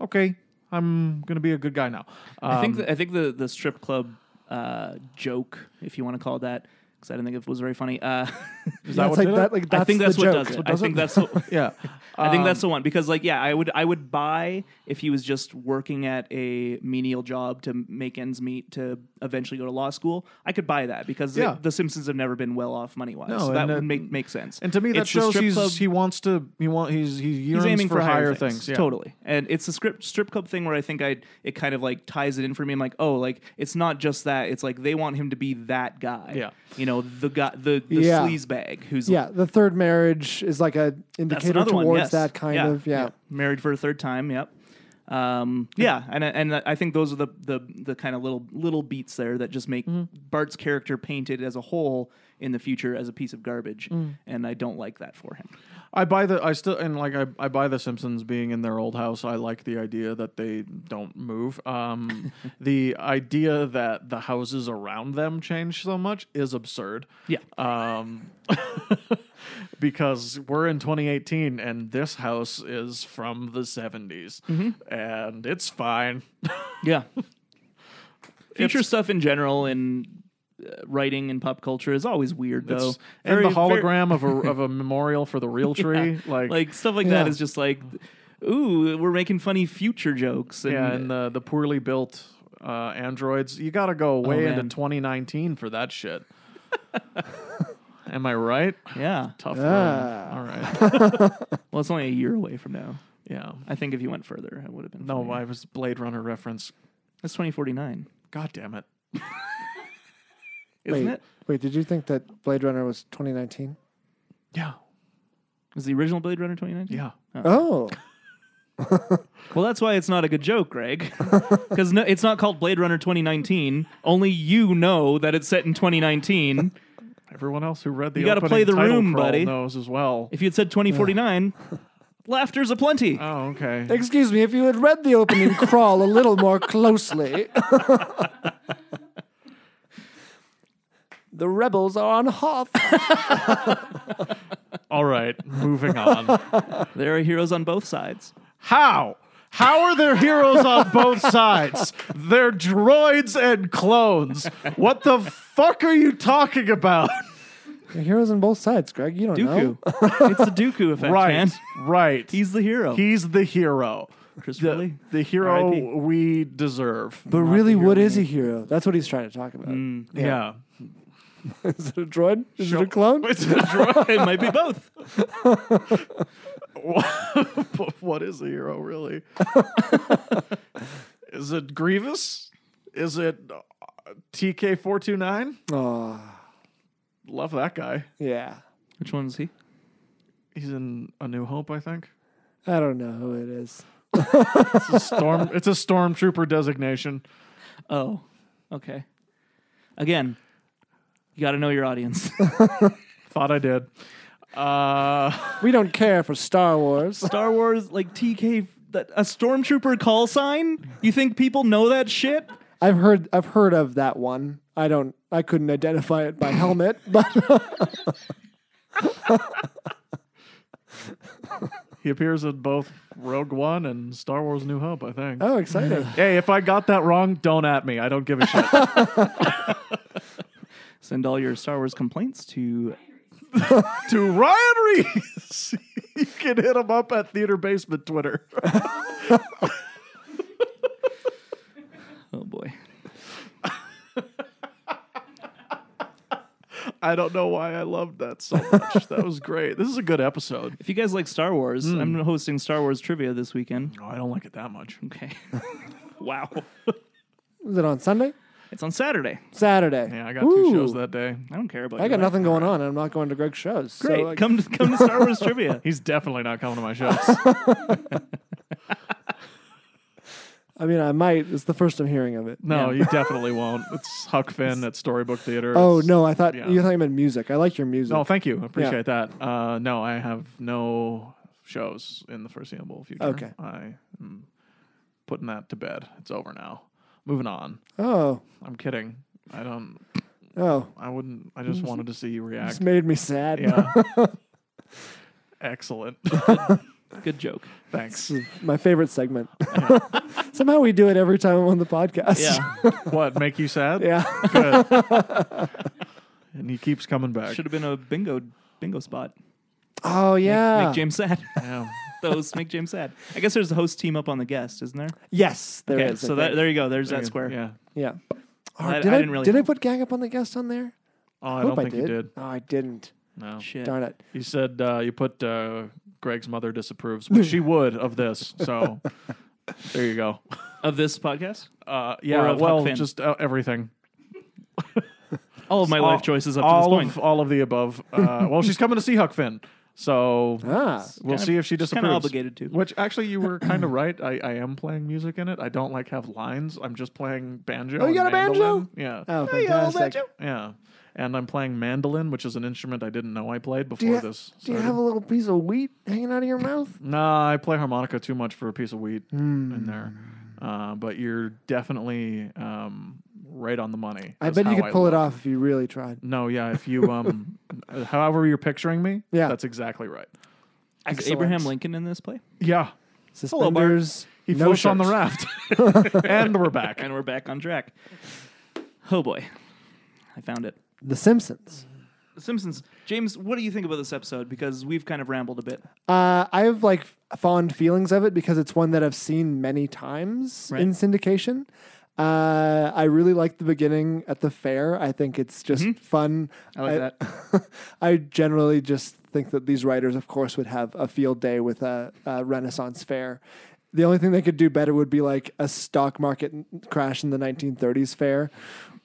okay i'm gonna be a good guy now I think Um, the, I think the the strip club uh, joke, if you want to call it that, because I didn't think it was very funny. Uh, is that Yeah, what it's like did it? that. Like that's I think that's the what joke. does it. What I think it? that's the, yeah I think Um, that's the one because like yeah, I would I would buy if he was just working at a menial job to make ends meet to eventually go to law school. I could buy that because Yeah. the, the Simpsons have never been well off money wise. No, so that and would then- make make sense. and to me that It's the shows strip he's club- he wants to he want he's he yearns he's aiming for, higher things, yeah. totally and it's the script strip club thing where i think i it kind of like ties it in for me i'm like oh like it's not just that it's like they want him to be that guy Yeah. you know the guy the, the Yeah. sleaze bag who's yeah. The third marriage is like a that's indicator another towards one yes. that kind of yeah. married for a third time yep um, yeah, and I- and I think those are the the, the kind of little little beats there that just make Mm-hmm. Bart's character painted as a whole in the future as a piece of garbage, Mm. and I don't like that for him. I buy the I still and like I, I buy the Simpsons being in their old house. I like the idea that they don't move. Um, the idea that the houses around them change so much is absurd. Yeah, Um, because we're in 2018 and this house is from the 70s and it's fine. Yeah. Future stuff in general and uh, writing and pop culture is always weird, though. It's, and the Very- very- hologram of a of a memorial for the real tree, like, like stuff like that Yeah. is just like, ooh, we're making funny future jokes. And, yeah, and the the poorly built uh, androids. You got to go way into Oh, man. 2019 2019 for that shit. Am I right? yeah. Tough. Ah. one. All right. Well, it's only a year away from now. Yeah. I think if you went further, it would have been. No, funnier. I was Blade Runner reference. That's 2049, God damn it. isn't wait, it? wait. Did you think that Blade Runner was 2019? Yeah. Is the original Blade Runner 2019? Yeah. Oh, Well, that's why it's not a good joke, Greg. Because no, it's not called Blade Runner 2019. Only you know that it's set in 2019. Everyone else who read the You gotta opening play the title room, crawl buddy. knows as well. If you'd said 2049, laughter's aplenty. Oh, okay. excuse me. If you had read the opening crawl a little more closely, the rebels are on Hoth. All right. Moving on. There are heroes on both sides. How? How are there heroes on both sides? They're droids and clones. What the fuck are you talking about? Your heroes on both sides, Greg. You don't know. Dooku. it's the Dooku effect, right, man. right. He's the hero. He's the hero. Christopher the, Lee. the hero R.I.P.. we deserve. But Not really, the what hero is a hero? That's what he's trying to talk about. Mm. Yeah. is it a droid? Is Sure. it a clone? It's a dro- it might be both. But what is a hero really? is it Grievous? Is it TK four two nine? Oh, Love that guy. yeah. Which one's he? He's in A New Hope, I think. I don't know who it is. It's a storm. it's a stormtrooper designation. Oh, okay. Again, you got to know your audience. Thought I did. Uh, We don't care for Star Wars. Star Wars, like TK, that, a stormtrooper call sign. You think people know that shit? I've heard I've heard of that one. I don't I couldn't identify it by helmet, but he appears in both Rogue One and Star Wars: New Hope, I think. oh exciting. Hey, if I got that wrong, don't at me. I don't give a shit. Send all your Star Wars complaints to to Ryan Reese. you can hit him up at Theater Basement Twitter. oh boy. I don't know why I loved that so much. that was great. This is a good episode. If you guys like Star Wars, I'm hosting Star Wars trivia this weekend. No, Oh, I don't like it that much. Okay. wow. Is it on Sunday? It's on Saturday. Saturday. Yeah, I got Woo. two shows that day. I don't care about I your got life. nothing going on. I'm not going to Greg's shows. so, Great. like, come to, come to Star Wars trivia. He's definitely not coming to my shows. I mean, I might. It's the first I'm hearing of it. No, Yeah. you definitely won't. It's Huck Finn at Storybook Theater. Oh It's- no, I thought yeah. you thought you meant music. I like your music. No, thank you. I Appreciate that. Uh, no, I have no shows in the foreseeable future. Okay. I am putting that to bed. It's over now. Moving on. oh, I'm kidding. I don't. oh, I wouldn't. I just wanted to see you this react. made me sad. Yeah. Excellent. Good joke. Thanks. My favorite segment. Somehow we do it every time I'm on the podcast. Yeah. What make you sad? yeah. Good. and he keeps coming back. Should have been a bingo bingo spot. Oh yeah. Make James sad. Yeah. Those make James sad. I guess there's a host team up on the guest, isn't there? Yes, there is. okay, I so that, think. there you go. There's Yeah, that square. Yeah. yeah. Oh, I- did I I, didn't really- did I put gang up on the guest on there? Oh, I don't Hope think you did. Oh, I didn't. No. Shit. Darn it. You said uh, you put uh, Greg's mother disapproves, which she would of this. So there you go. Of this podcast, Uh, Or yeah. of Huck Well, Finn. just uh, everything. all of my All- life choices up to this all point. of all of the above. Uh, well, she's coming to see Huck Finn. So Ah, We'll Kinda- see if she she's disapproves. kinda obligated to. Which actually, you were kind of right. I, I am playing music in it. I don't like have lines. I'm just playing banjo. Oh, you and got a banjo? mandolin. Yeah, oh, Hey, y'all, fantastic. that yeah. And I'm playing mandolin, which is an instrument I didn't know I played Do before you, this. do you started. have a little piece of wheat hanging out of your mouth? Nah, I play harmonica too much for a piece of wheat Hmm. in there. Uh, but you're definitely um, right on the money. I is bet you how could I pull look. it off if you really tried. No, yeah. If you, um, however you're picturing me, Yeah. that's exactly right. Is Abraham Lincoln in this play? Yeah, Hello, Bart. Suspenders. he no floats on the shirt. raft, and we're back. And we're back on track. Oh boy, I found it. The Simpsons. The Simpsons. James, what do you think about this episode? Because we've kind of rambled a bit. Uh, I have like fond feelings of it because it's one that I've seen many times Right. in syndication. Uh, I really like the beginning at the fair. I think it's just fun. I like that. I generally just think that these writers, of course, would have a field day with a, a Renaissance fair. The only thing they could do better would be like a stock market n- crash in the 1930s fair,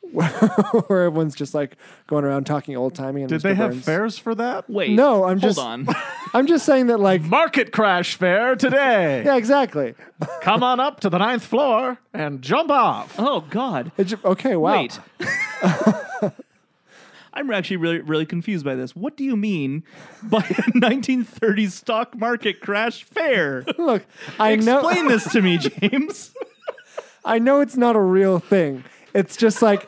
where everyone's just like going around talking old timey. and Did Mr. they have Burns. fairs for that? Wait. No, I'm hold just- on. I'm just saying that, like, Market crash fair today. yeah, exactly. Come on up to the ninth floor and jump off. oh God. It ju- okay, wow. Wait. I'm actually really, really confused by this. What do you mean by a 1930s stock market crash fair? Look, I know Explain this to me, James. I know it's not a real thing. It's just like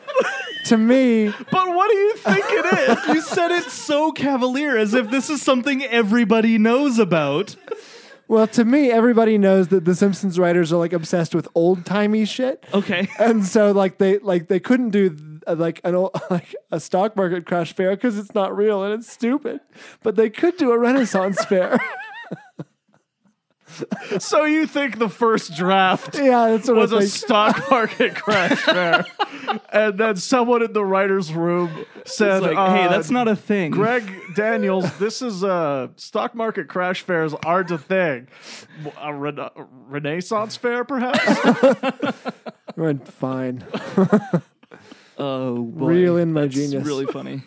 to me, But what do you think it is? You said it so cavalier, as if this is something everybody knows about. well, to me everybody knows that the Simpsons writers are like obsessed with old-timey shit. Okay. And so like they like they couldn't do uh, like an old, like a stock market crash fair cuz it's not real and it's stupid. But they could do a renaissance fair. So you think the first draft Yeah, that's what was I a think. stock market crash there, and then someone in the writers' room said, It's like, hey, uh, that's not a thing. Greg Daniels, this is uh, stock market crash fairs aren't a thing. A rena- Renaissance fair, perhaps? Went fine. oh, boy. Reel in my That's genius. Really funny.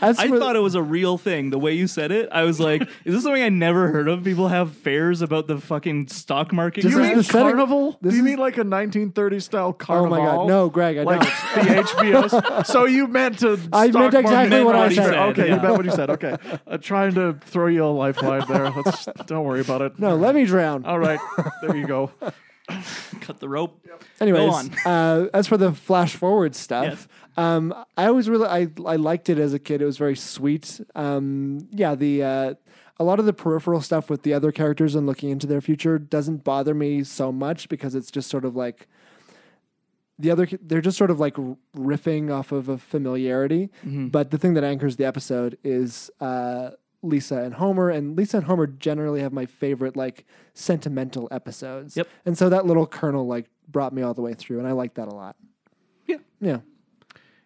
As I for- thought it was a real thing. The way you said it, I was like, "Is this something I never heard of? People have fairs about the fucking stock market." Do you is mean the setting- carnival? this Do you is- mean like a 1930s style oh carnival? my god, no, Greg, I Like know. the HBOs. So you meant to. I stock meant exactly market what I crash said. fair. Okay, you Yeah. meant what you said. Okay, uh, trying to throw you a lifeline there. Let's don't worry about it. No, let me drown. All right, there you go. Cut the rope. Anyways, on. Uh, as for the flash forward stuff, um, I always really I, I liked it as a kid. It was very sweet. Um, yeah, the uh, a lot of the peripheral stuff with the other characters and looking into their future doesn't bother me so much because it's just sort of like the other they're just sort of like r- riffing off of a familiarity Mm-hmm. but the thing that anchors the episode is uh, lisa and homer and lisa and homer generally have my favorite like sentimental episodes Yep. and so that little kernel like brought me all the way through and i like that a lot Yeah. yeah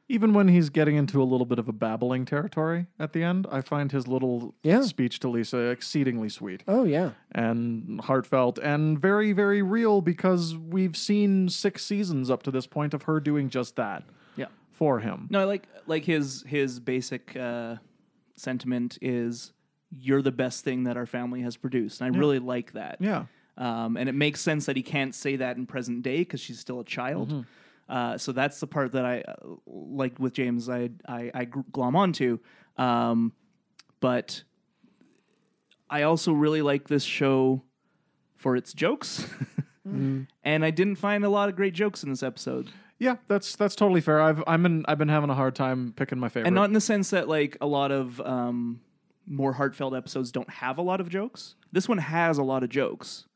Even when he's getting into a little bit of a babbling territory at the end, I find his little Yeah. speech to Lisa exceedingly sweet oh yeah and heartfelt and very, very real because we've seen six seasons up to this point of her doing just that Yeah. for him. No, I like like his his basic uh, sentiment is you're the best thing that our family has produced, and I really like that. Yeah. Um, and it makes sense that he can't say that in present day because she's still a child. Uh, so that's the part that I uh, like with James. I I, I gr- glom onto, um, but I also really like this show for its jokes. And I didn't find a lot of great jokes in this episode. Yeah, that's that's totally fair. I've I'm in, I've been having a hard time picking my favorite. and not in the sense that like a lot of um, more heartfelt episodes don't have a lot of jokes. This one has a lot of jokes,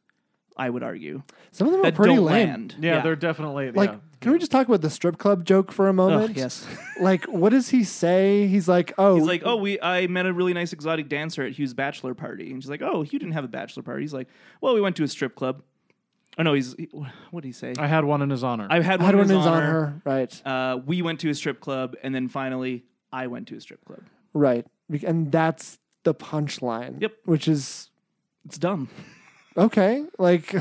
I would argue, some of them are that pretty don't lame land. yeah, they're definitely like yeah. can we just talk about the strip club joke for a oh, moment yes. like what does he say he's like oh He's like, oh, we I met a really nice exotic dancer at Hugh's bachelor party, and she's like, oh, Hugh didn't have a bachelor party. He's like, well, we went to a strip club. Oh no, he's he- what did he say? I had one in his honor. I had one, I had in one his is on honor. her right Uh, we went to a strip club, and then finally, I went to a strip club. right Bec- and that's the punchline Yep. which is It's dumb. okay like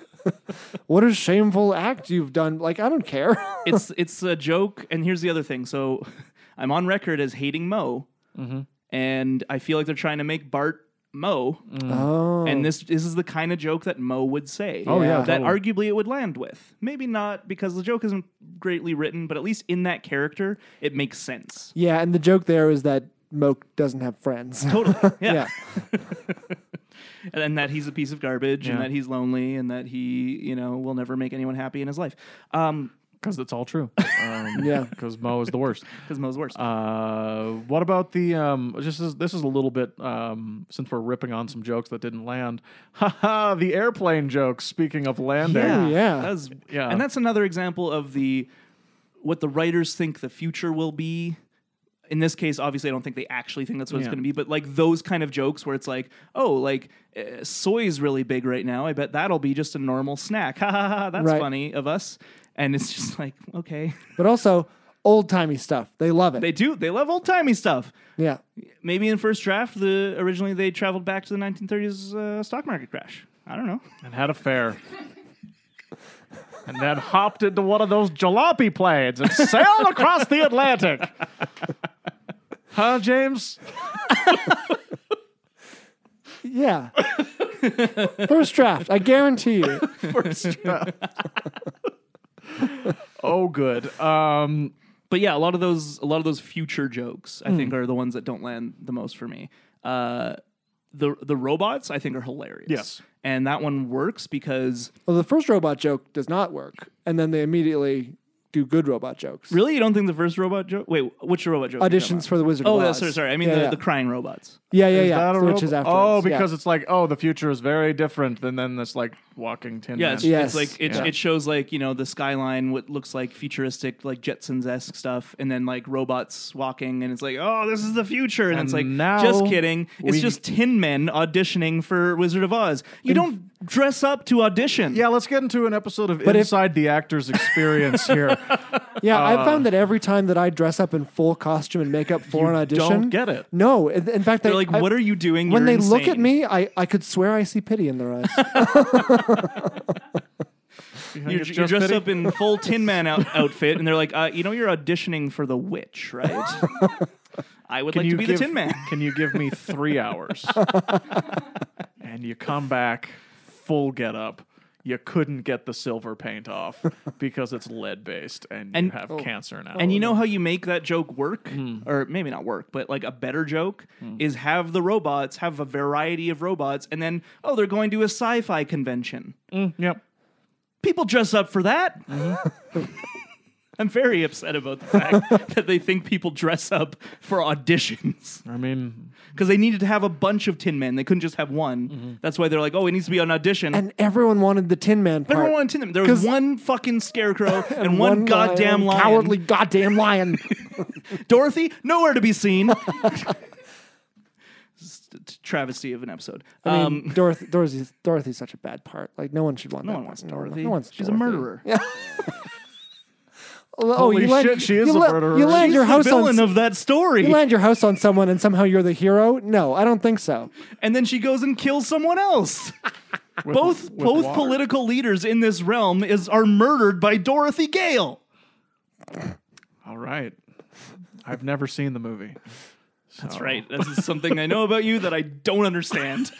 what a shameful act you've done like i don't care it's it's a joke. And here's the other thing. So I'm on record as hating Mo, Mm-hmm. and I feel like they're trying to make Bart Mo. Mm-hmm. oh Mm-hmm. And this this is the kind of joke that Mo would say. Oh, yeah, that totally. arguably it would land with. Maybe not because the joke isn't greatly written, but at least in that character, it makes sense. yeah and the joke there is that moke doesn't have friends Totally. yeah Yeah. and then that he's a piece of garbage, and Yeah. that he's lonely, and that he you know will never make anyone happy in his life. Um, because that's all true. Um, Yeah. because Mo is the worst. because Mo's worse. Uh, what about the um? Just as, this is a little bit um. Since we're ripping on some jokes that didn't land, haha. The airplane jokes. Speaking of landing, Yeah. That was- Yeah. And that's another example of the what the writers think the future will be. In this case, obviously, I don't think they actually think that's what it's Yeah. going to be, but like those kind of jokes where it's like, oh, like uh, soy's really big right now. I bet that'll be just a normal snack. Ha ha ha, ha! That's Right. funny of us. And it's just like, okay, but also old-timey stuff they love it they do. They love old timey stuff. yeah Maybe in first draft, the originally they traveled back to the 1930s uh, stock market crash. I don't know. and had a fair. And then hopped into one of those jalopy planes and sailed across the Atlantic. Huh, James? yeah first draft i guarantee you Oh, good. Um, but yeah, a lot of those a lot of those future jokes I Hmm. think are the ones that don't land the most for me. Uh, the the robots I think are hilarious. Yes. and that one works because well the first robot joke does not work and then they immediately do good robot jokes. Really, you don't think the first robot joke? Wait, which robot joke? are you talking Auditions for the Wizard about? of Oh, yeah, Oz. sorry, sorry. I mean yeah, the, yeah. the crying robots. yeah, yeah, Is yeah. that a so which robot? is Oh, afterwards. Yeah. because it's like, oh, the future is very different than then this like walking tin. Yeah, man. it's, Yes. it's like it, Yeah. it shows like you know the skyline, what looks like futuristic, like Jetsons esque stuff, and then like robots walking, and it's like, oh, this is the future, and, it's like, And now just kidding, we- it's just Tin Men auditioning for Wizard of Oz. You don't dress up to audition. Yeah, let's get into an episode of But if- Inside the Actor's Experience here. Yeah, I found Uh, that every time that I dress up in full costume and makeup for an audition, don't get it. No, in, in fact, They're like, what are you doing? When You're they look at insane." me, I, I could swear I see pity in their eyes. You think You're, it's you're just dressed pity? up in full Tin Man out- outfit, and they're like, uh, you know, you're auditioning for the witch, right? I would Can like you to be give, the Tin Man. Can you give me three hours? and you come back full get up. You couldn't get the silver paint off because it's lead based and, you And- Oh. have cancer now. And you know how you make that joke work, or maybe not work, but like a better joke is have the robots have a variety of robots, and then oh, they're going to a sci-fi convention. Mm, yep. People dress up for that. I'm very upset about the fact that they think people dress up for auditions I mean, because they needed to have a bunch of Tin Men. They couldn't just have one. That's why they're like, oh, it needs to be an audition. and everyone wanted the Tin Man part. Everyone wanted Tin Man. There 'Cause- was one fucking scarecrow and, one, goddamn lion. Cowardly goddamn lion. Dorothy, nowhere to be seen. It's a t- Travesty of an episode. I um, mean, Dorothy, Dorothy's, Dorothy's such a bad part. Like, no one should want no that one wants No Dorothy. No one's She's a Dorothy. murderer. Oh, Holy you land, shit, she is you a la- murderer. You land She's your the house on villain s- of that story. you land your house on someone and somehow you're the hero? No, I don't think so. and then she goes and kills someone else. with- both with both water. political leaders in this realm is are murdered by Dorothy Gale. All right. I've never seen the movie. That's right. This is something I know about you that I don't understand.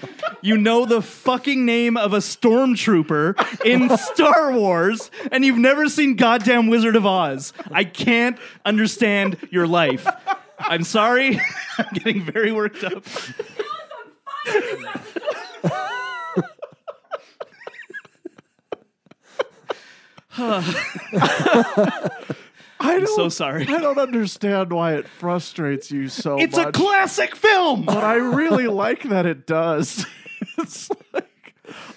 You know the fucking name of a stormtrooper in Star Wars, and you've never seen goddamn Wizard of Oz. I can't understand your life. I'm sorry. I'm getting very worked up. I don't, So sorry. I don't understand why it frustrates you so It's much. a classic film. but I really like that it does. it's like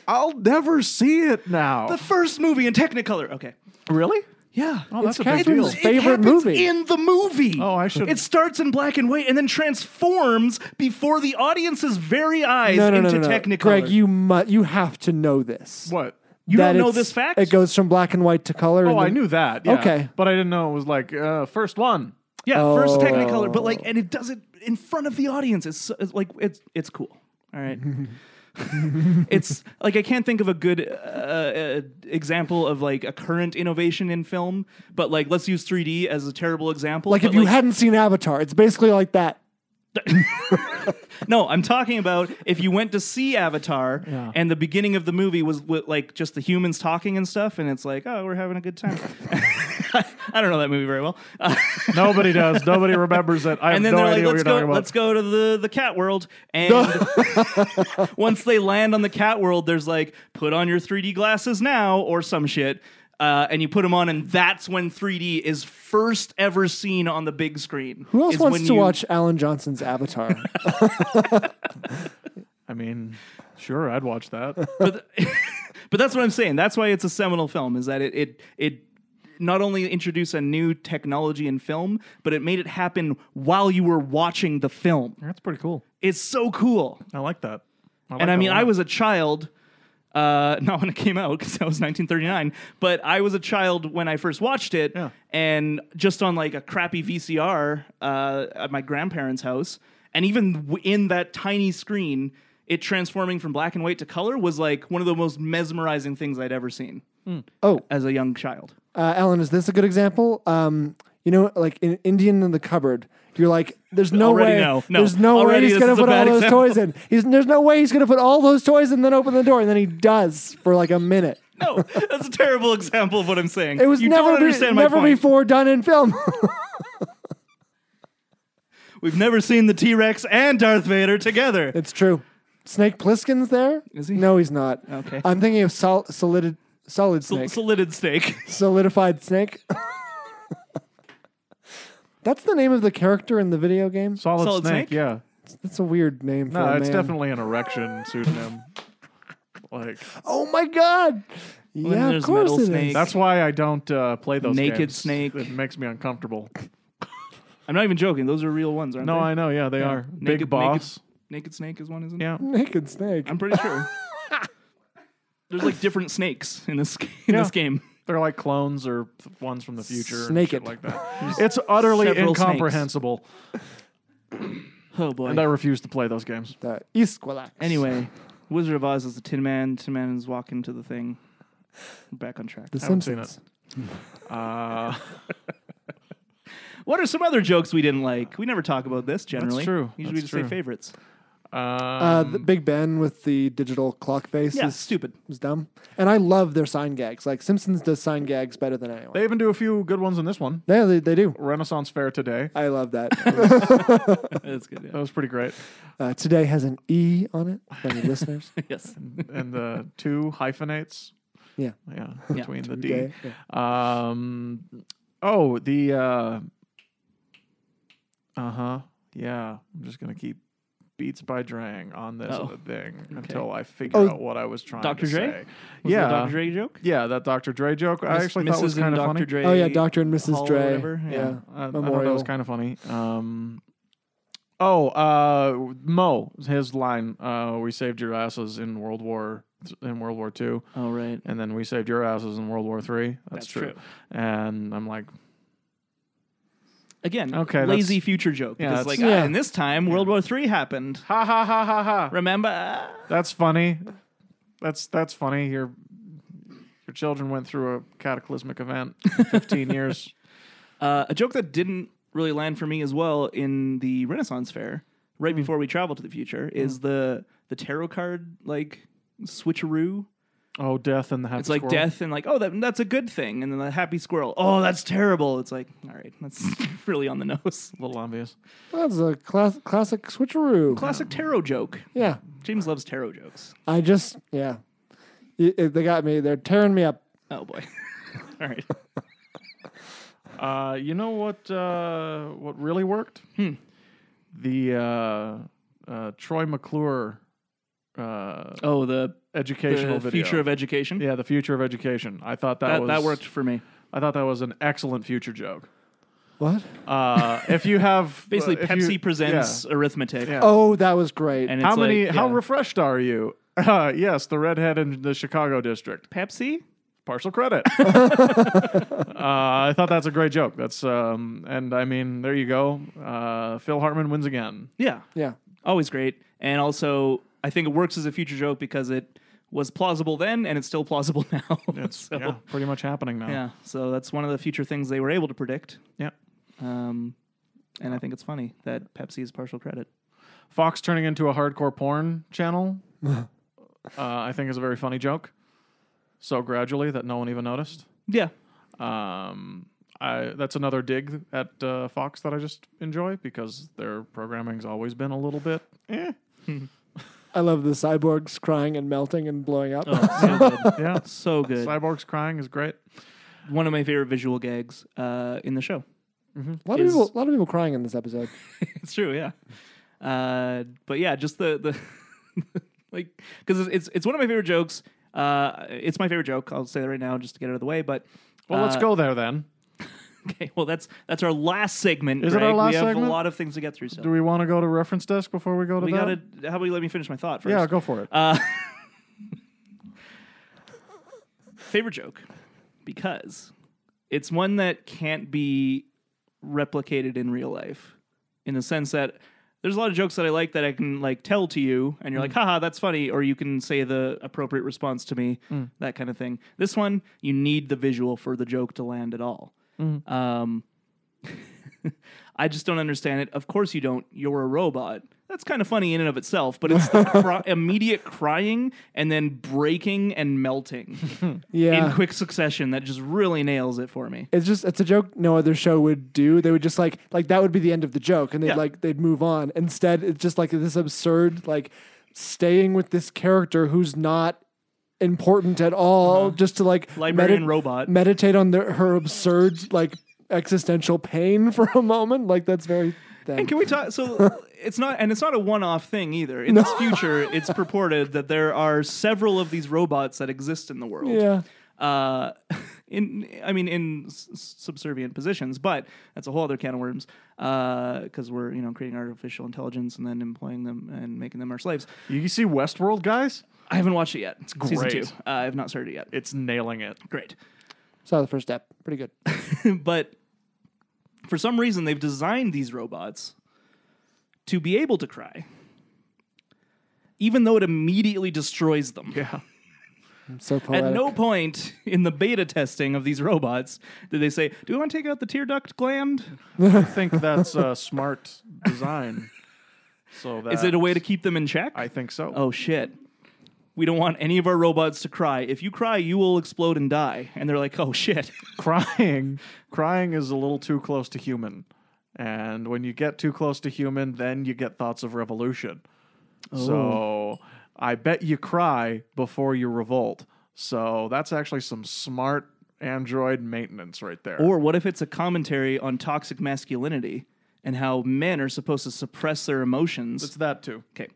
I'll never see it now. The first movie in Technicolor. Okay. really? Yeah. Oh, that's It's a big deal. Catherine's favorite happens movie. in the movie. Oh, I should- It starts in black and white and then transforms before the audience's very eyes no, no, no, into no, no. Technicolor. Greg, you mu- you have to know this. What? You That don't know it's- this fact? It goes from black and white to color. Oh, and I then- knew that. yeah. Okay. but I didn't know it was like uh, first one. yeah, first Oh. Technicolor, but like, and it does it in front of the audience. It's, so- it's like it's it's cool. All right. it's like I can't think of a good uh, uh, example of like a current innovation in film, but like let's use 3D as a terrible example. Like if but, you hadn't seen Avatar, it's basically like that. No, I'm talking about if you went to see Avatar and the beginning of the movie was with, like just the humans talking and stuff, and it's like, oh, we're having a good time. I don't know that movie very well. Uh, Nobody does. Nobody remembers it. I have and then no they're idea like, what let's you're go, talking about. let's go to the the cat world. And once they land on the cat world, there's like, put on your 3D glasses now or some shit. Uh, and you put them on, and that's when 3D is first ever seen on the big screen. Who else is wants when to you- watch Alan Johnson's Avatar? I mean, sure, I'd watch that. but th- but that's what I'm saying. That's why it's a seminal film. Is that it it it not only introduced a new technology in film, but it made it happen while you were watching the film. That's pretty cool. It's so cool. I like that. like and I that mean, a I lot. was a child. Uh, not when it came out because that was 1939, but I was a child when I first watched it, Yeah. and just on like a crappy VCR uh, at my grandparents' house, and even w- in that tiny screen, it transforming from black and white to color was like one of the most mesmerizing things I'd ever seen oh, as a young child. uh, Alan, is this a good example? Um, you know, like in Indian in the cupboard, you're like, there's no Already way, no, no. there's no Already way he's this gonna is a put all bad those example. toys in. He's, there's no way he's gonna put all those toys and then open the door, and then he does for like a minute. No, that's a terrible example of what I'm saying. It was you never don't be- understand my never point. before done in film. We've never seen the T Rex and Darth Vader together. it's true. Snake Plissken's there? Is he? No, he's not. Okay. I'm thinking of sol- solid, solid Sol- snake, solided snake. solidified snake. That's the name of the character in the video game. Solid, Solid snake, Snake? Yeah. That's a weird name for No, a it's Oh, man. definitely an erection pseudonym. Like Oh my god! then Yeah, of there's course Metal it is. Snake. that's why I don't uh, play those. Naked games. Snake. It makes me uncomfortable. I'm not even joking. Those are real ones, aren't No, they? I know. Yeah, they are. Big Naked- boss. Naked Snake is one, isn't it? Yeah. Naked Snake. I'm pretty sure. There's like different snakes in this in Yeah. this game. They're like clones or f- ones from the future. and Snake shit it. like that. it's utterly Several snakes. incomprehensible, Oh boy. and I refuse to play those games. the Esquilax. Anyway, Wizard of Oz is the Tin Man. Tin Man is walking to the thing. Back on track. The haven't seen Simpsons. Uh, What are some other jokes we didn't like? We never talk about this generally. true. Usually we That's just true. say favorites. Uh, um, the Big Ben with the digital clock face Yeah, is stupid. Was dumb. And I love their sign gags. Like Simpsons does sign gags better than anyone. they even do a few good ones in this one. yeah, they, they do. Renaissance Fair today. I love that. That's good. That Yeah. was pretty great. uh, today has an E on it for any listeners. yes. And the two hyphenates. Yeah. Yeah. Between the D. Today, yeah. Um. Oh, the. Uh huh. Yeah. I'm just gonna keep Beats by Drang on this Oh. thing until I figure Oh. out what I was trying Dr. to Dre? say. Was it yeah. a Dr. Dre joke? Yeah, that Dr. Dre joke. I Miss- actually Mrs. thought was and kind of Dr. funny. Dre. Oh yeah, Doctor and Hall Mrs. or Dre. whatever, yeah. Yeah. I, I thought that Memorial. was kind of funny. Um. Oh, uh, Mo, his line. Uh, we saved your asses in World War, in World War Two. Oh right. and then we saved your asses in World War Three. That's, That's true. true. And I'm like, Again, Okay, lazy that's- future joke. Yeah, because that's- like Yeah. ah, and this time World War Three happened. ha ha ha ha ha. Remember? That's funny. That's that's funny. Your your children went through a cataclysmic event. Fifteen years. Uh, a joke that didn't really land for me as well in the Renaissance Fair, right Hmm. before we travel to the future, is the the tarot card like switcheroo. Oh, death and the happy. It's like squirrel. death and like oh that that's a good thing, and then the happy squirrel. Oh, that's terrible. It's like all right, that's really on the nose. A little obvious. That's a class, classic switcheroo. Um, Classic tarot joke. yeah. James loves tarot jokes. I just yeah. It- it- they got me. They're tearing me up. Oh boy. all right. Uh, you know what? Uh, what really worked? Hmm. The uh, uh, Troy McClure uh, Oh the, educational the video. future of education. yeah, the future of education. I thought that, that was that worked for me. I thought that was an excellent future joke. What? Uh, if you have Basically, uh, if you- Pepsi presents arithmetic. Yeah. Oh, that was great. And yeah. How it's many? like, How yeah. refreshed are you? Uh, yes, the redhead in the Chicago district. Pepsi? Partial credit. uh, I thought that's a great joke. That's um, and I mean, there you go. Uh, Phil Hartman wins again. Yeah. yeah. Always great. And also, I think it works as a future joke because it was plausible then and it's still plausible now. so, yeah, yeah. pretty much happening now. So that's one of the future things they were able to predict. Yeah. Um, and I think it's funny that Pepsi is partial credit. Fox turning into a hardcore porn channel. uh, I think is a very funny joke. So gradually that no one even noticed. Yeah. Um, I that's another dig at uh, Fox that I just enjoy because their programming's always been a little bit. Eh. I love the cyborgs crying and melting and blowing up. Oh, so good. Yeah, So good. Cyborg's crying is great. One of my favorite visual gags uh, in the show. a lot is- of people, a lot of people crying in this episode. It's true, yeah. Uh, but yeah, just the the like because it's it's one of my favorite jokes. Uh, it's my favorite joke. I'll say that right now, just to get it out of the way. But Well, let's uh, go there then. Okay, well that's that's our last segment. Is it our Greg. last we have segment? a lot of things to get through. So Do we want to go to reference desk before we go to we that? gotta. Uh, How about you let me finish my thought first? yeah, go for it. favorite joke because it's one that can't be replicated in real life in the sense that there's a lot of jokes that I like that I can like tell to you and you're like haha that's funny or you can say the appropriate response to me that kind of thing. This one you need the visual for the joke to land at all. Um I just don't understand it. Of course you don't. You're a robot. That's kind of funny in and of itself, but it's the cry- immediate crying and then breaking and melting Yeah. in quick succession that just really nails it for me. it's just it's a joke no other show would do. They would just like like that would be the end of the joke and they'd Yeah. like they'd move on. Instead, it's just like this absurd like staying with this character who's not important at all just to like Uh-huh. Librarian medi- robot. meditate on their her absurd like existential pain for a moment. Like that's very. And Thank can we talk? So it's not, and it's not a one-off thing either. In this future, it's purported that there are several of these robots that exist in the world. Yeah. Uh, in I mean, in s- s- subservient positions, but that's a whole other can of worms. Because we're you know creating artificial intelligence and then employing them and making them our slaves. You see Westworld, guys? I haven't watched it yet. It's Season two. great. Uh, I've not started it yet. It's nailing it. Great. Saw the first step. Pretty good. but for some reason they've designed these robots to be able to cry even though it immediately destroys them Yeah. I'm so poetic. at no point in the beta testing of these robots did they say do we want to take out the tear duct gland I think that's a smart design. So that is it a way to keep them in check Uh, I think so. oh shit we don't want any of our robots to cry if you cry you will explode and die and they're like oh shit Crying, crying is a little too close to human, and when you get too close to human, then you get thoughts of revolution. So I bet you cry before you revolt. So that's actually some smart android maintenance right there. Or what if it's a commentary on toxic masculinity and how men are supposed to suppress their it's emotions? that too. Okay.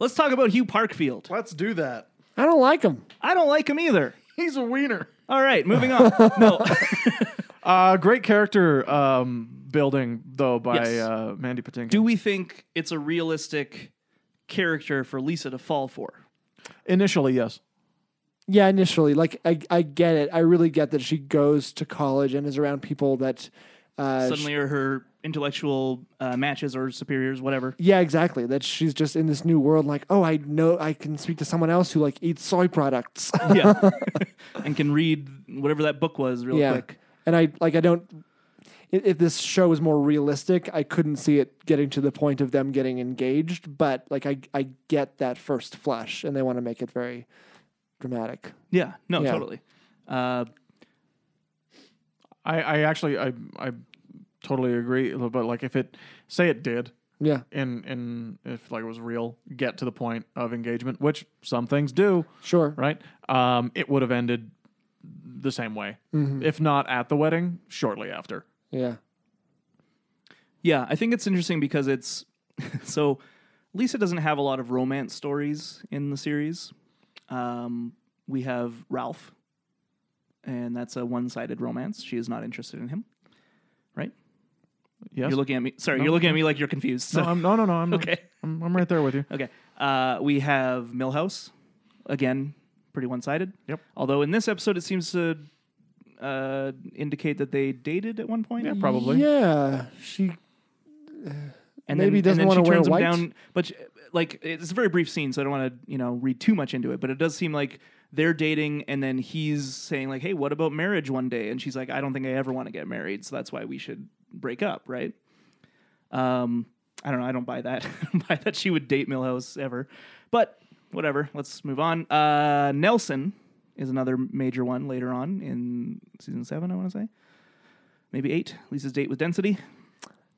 Let's talk about Hugh Parkfield. Let's do that. I don't like him. I don't like him either. He's a wiener. All right, moving on. No, Uh, great character um, building though by Yes. uh, Mandy Patinkin. do we think it's a realistic character for Lisa to fall for? Initially, yes. Yeah, initially, like I, I get it. I really get that she goes to college and is around people that. Uh, Suddenly, are her intellectual uh, matches or superiors, whatever. she- yeah, exactly. That she's just in this new world. Like, oh, I know I can speak to someone else who like eats soy products. Yeah, and can read whatever that book was real yeah, quick. and I like I don't. i- If this show was more realistic, I couldn't see it getting to the point of them getting engaged. But like I, I get that first flush, and they want to make it very dramatic. Yeah, no, Yeah. totally. Uh, I, I actually I I totally agree. But like if it say it did Yeah, in in if like it was real, get to the point of engagement, which some things do, sure. right? Um, it would have ended the same way, if not at the wedding, shortly after. Yeah, Yeah, I think it's interesting because it's so Lisa doesn't have a lot of romance stories in the series. Um, we have Ralph, and that's a one-sided romance. She is not interested in him. Right? Yes. You're looking at me. Sorry, you're looking at me like you're confused. So. no, I'm, no, no, no. I'm Okay. Not, I'm, I'm right there with you. Okay. Uh, we have Millhouse. Again, pretty one sided. Yep. Although in this episode, it seems to uh, indicate that they dated at one point. Yeah, probably. Yeah, she and Maybe then, he doesn't and then wanna she wear turns him white. down. But she- like it's a very brief scene, so I don't want to you know read too much into it. But it does seem like they're dating, and then he's saying like, "Hey, what about marriage one day?" And she's like, "I don't think I ever want to get married, so that's why we should break up." Right? Um, I don't know. I don't buy that. I don't buy that she would date Milhouse ever. But whatever. Let's move on. Uh, Nelson is another major one later on in season seven. I want to say. Maybe eight. Lisa's date with density.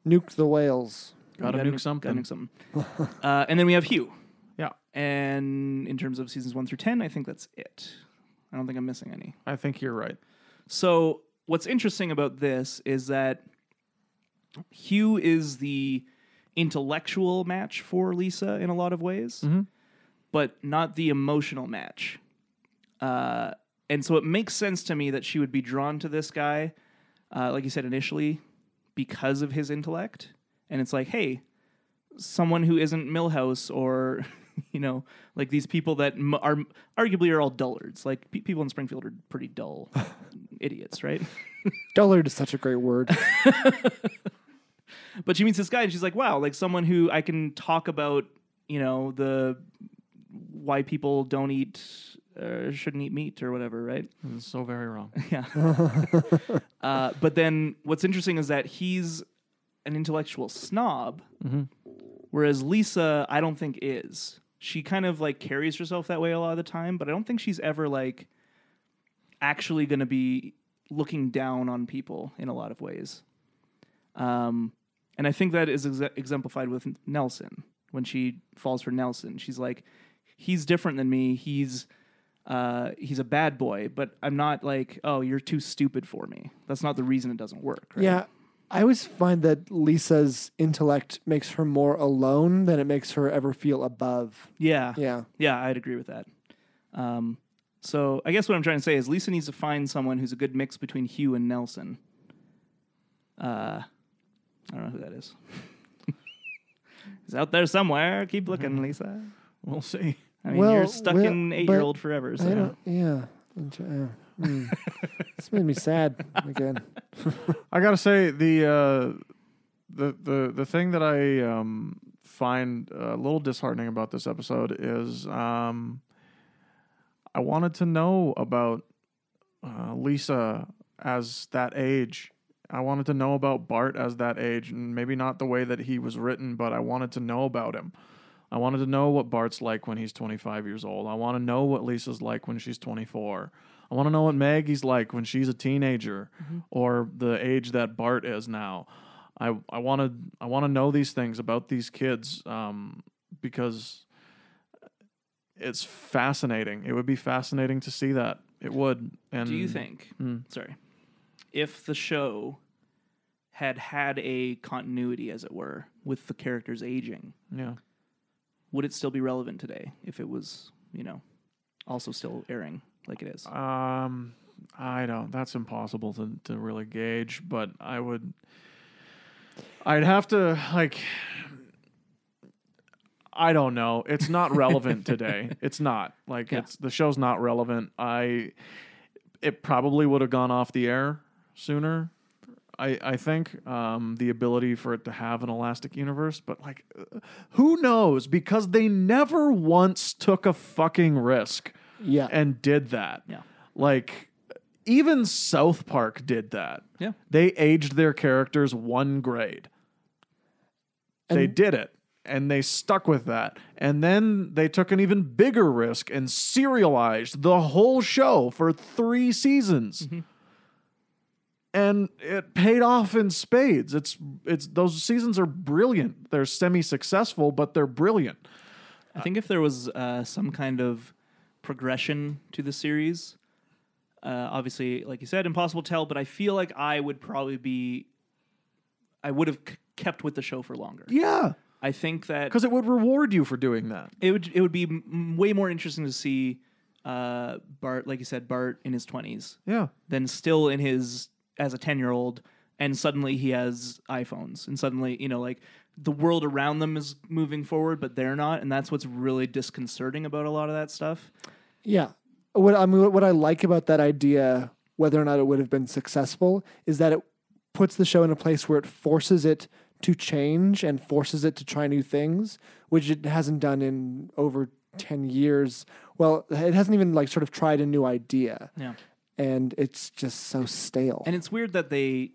nuked the whales. Gotta Gotta nuke nuke- something. gotta nuke something. uh, and then we have Hugh. Yeah, And in terms of seasons one through 10, I think that's it. I don't think I'm missing any. I think you're right. So, what's interesting about this is that Hugh is the intellectual match for Lisa in a lot of ways, but not the emotional match. Uh, and so, it makes sense to me that she would be drawn to this guy, uh, like you said initially, because of his intellect. And it's like, hey, someone who isn't Millhouse or you know like these people that m- are arguably are all dullards like pe- people in Springfield are pretty dull idiots right Dullard is such a great word. but she meets this guy and she's like wow like someone who I can talk about you know the why people don't eat or shouldn't eat meat or whatever right It's so very wrong. yeah uh, but then what's interesting is that he's an intellectual snob Whereas Lisa, I don't think is. She kind of like carries herself that way a lot of the time, but I don't think she's ever like actually going to be looking down on people in a lot of ways. Um, and I think that is ex- exemplified with Nelson when she falls for Nelson. She's like, he's different than me. He's uh, he's a bad boy, but I'm not like, oh, you're too stupid for me. That's not the reason it doesn't work. Right? Yeah. I always find that Lisa's intellect makes her more alone than it makes her ever feel above. yeah, Yeah. Yeah, I'd agree with that. Um, so I guess what I'm trying to say is Lisa needs to find someone who's a good mix between Hugh and Nelson. Uh, I don't know who that is. He's out there somewhere. Keep looking, Lisa. We'll see. I mean, Mm-hmm. Well, you're stuck well, in but eight-year-old forever. So I don't, yeah. Int- uh, hmm. this made me sad again. I gotta say the uh, the the the thing that I um, find a little disheartening about this episode is um, I wanted to know about uh, Lisa as that age. I wanted to know about Bart as that age, and maybe not the way that he was written, but I wanted to know about him. I wanted to know what Bart's like when he's 25 years old. I want to know what Lisa's like when she's 24. I want to know what Maggie's like when she's a teenager Mm-hmm. or the age that Bart is now. I I want to I want to know these things about these kids um, because it's fascinating. It would be fascinating to see that. It would. And Do you think? Sorry, if the show had had a continuity, as it were, with the characters aging, Yeah. would it still be relevant today if it was, you know, also still airing like it is? Um, I don't. That's impossible to to really gauge, but I would. I'd have to like. I don't know. It's not relevant today. It's not like Yeah. it's the show's not relevant. I, it probably would have gone off the air sooner. I I think um, the ability for it to have an elastic universe, but like, uh, who knows? Because they never once took a fucking risk Yeah. and did that. Yeah. Like even South Park did that. Yeah. They aged their characters one grade. they And- did it and they stuck with that. And then they took an even bigger risk and serialized the whole show for 3 seasons. And it paid off in spades. It's it's those seasons are brilliant. They're semi-successful, but they're brilliant. I think if there was uh, some kind of progression to the series, uh, obviously, like you said, impossible to tell, but I feel like I would probably be, I would have c- kept with the show for longer. Yeah, I think that because it would reward you for doing that. it would it would be m- way more interesting to see uh, Bart, like you said, Bart in his twenties, Yeah. than still in his as a ten year old, and suddenly he has iPhones, and suddenly you know like the world around them is moving forward, but they're not, and that's what's really disconcerting about a lot of that stuff. Yeah. What I mean, what I like about that idea, whether or not it would have been successful, is that it puts the show in a place where it forces it to change and forces it to try new things, which it hasn't done in over ten years. Well, it hasn't even like sort of tried a new idea, Yeah. and it's just so stale. And it's weird that they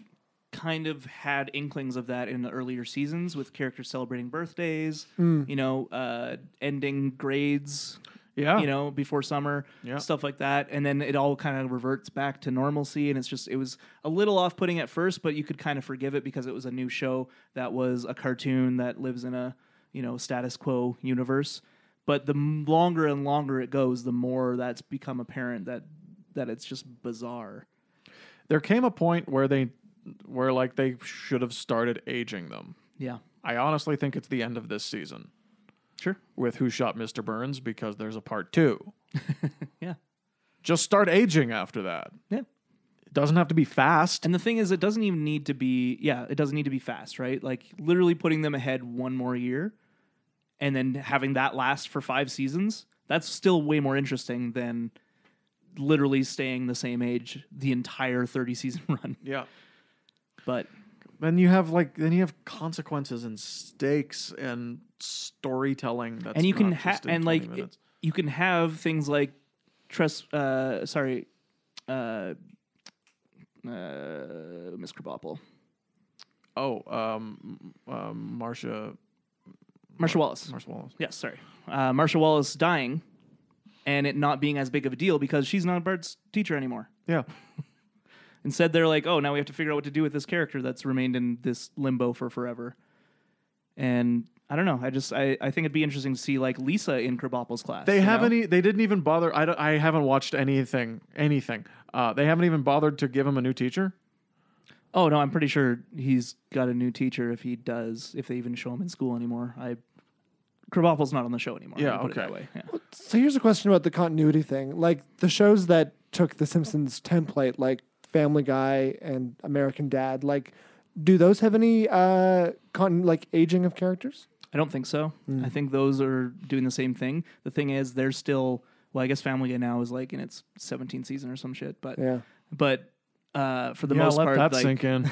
kind of had inklings of that in the earlier seasons with characters celebrating birthdays, Hmm. you know, uh, ending grades, Yeah. you know, before summer, Yeah. stuff like that. And then it all kind of reverts back to normalcy. And it's just, it was a little off putting at first, but you could kind of forgive it because it was a new show that was a cartoon that lives in a, you know, status quo universe. But the m- longer and longer it goes, the more that's become apparent that that it's just bizarre. there came a point where they where like they should have started aging them. Yeah. I honestly think it's the end of this season Sure. with Who Shot Mr. Burns because there's a part 2. Yeah. Just start aging after that. Yeah. It doesn't have to be fast. And the thing is, it doesn't even need to be, yeah, it doesn't need to be fast, right? Like literally putting them ahead one more year and then having that last for five seasons, that's still way more interesting than literally staying the same age the entire 30 season run. yeah. But Then you have like then you have consequences and stakes and storytelling that's and you can not ha- just in and 20 like it- minutes. you can have things like trust uh sorry uh uh Miss Krabappel. oh um um Marsha Marsha Wallace. Marsha Wallace. Yes, sorry. Uh, Marsha Wallace dying and it not being as big of a deal because she's not Bart's teacher anymore. Yeah. Instead, they're like, oh, now we have to figure out what to do with this character that's remained in this limbo for forever. and I don't know. I just I, I think it'd be interesting to see like Lisa in Krabappel's class. They you haven't. know? E- they didn't even bother. I, don't- I haven't watched anything. Anything. Uh, they haven't even bothered to give him a new teacher. Oh no, I'm pretty sure he's got a new teacher. If he does, if they even show him in school anymore, I Krabappel's not on the show anymore. Yeah, I'll put okay. it that way. Yeah. So here's a question about the continuity thing. Like the shows that took the Simpsons template, like Family Guy and American Dad, like do those have any uh con- like aging of characters? I don't think so. I think those are doing the same thing. The thing is, they're still well. I guess Family Guy now is like in its 17th season or some shit. But Yeah. but uh, for the yeah, most let part, that like, sink in.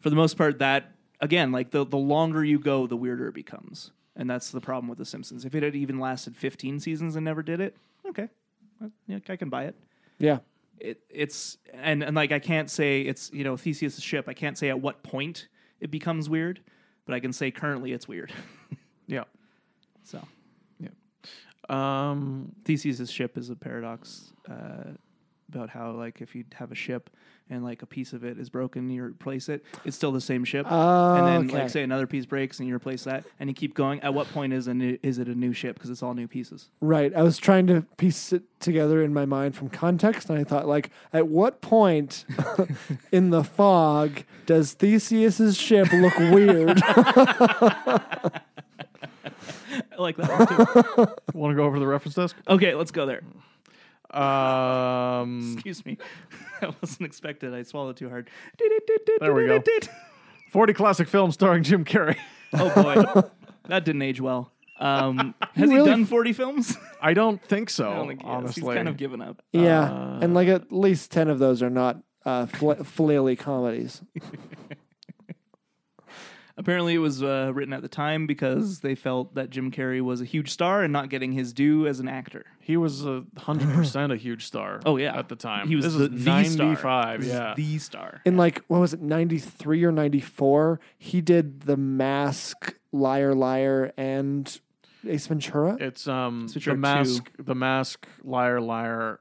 for the most part, that again, like the the longer you go, the weirder it becomes, and that's the problem with The Simpsons. If it had even lasted 15 seasons and never did it, okay, Well, yeah, I can buy it. Yeah. it it's and and like I can't say it's you know Theseus' ship. I can't say at what point it becomes weird, but I can say currently it's weird. yeah. so Um. Theseus' ship is a paradox uh, about how like if you have a ship and like a piece of it is broken, you replace it, it's still the same ship. and then Okay. like say another piece breaks and you replace that, and you keep going. At what point is a new is it a new ship because it's all new pieces? Right. I was trying to piece it together in my mind from context, and I thought, like, at what point in the fog does Theseus's ship look weird? I like that. One too. Want to go over to the reference desk? okay, let's go there. Um. Excuse me, I wasn't expected. I swallowed too hard. There we go. Forty classic films starring Jim Carrey. Oh boy, that didn't age well. Um, has he, really- done forty films? I don't think so. I don't think he has. Oh, honestly, he's kind of given up. yeah. and like at least ten of those are not uh fl- flaily comedies. Apparently, it was uh, written at the time because they felt that Jim Carrey was a huge star and not getting his due as an actor. he was a hundred percent a huge star. Oh yeah, at the time he was This the, is the star. ninety-five. This is Yeah, the star. in like what was it 93 or 94 he did the mask liar liar and ace ventura it's um Ventura the mask, the mask, liar, liar.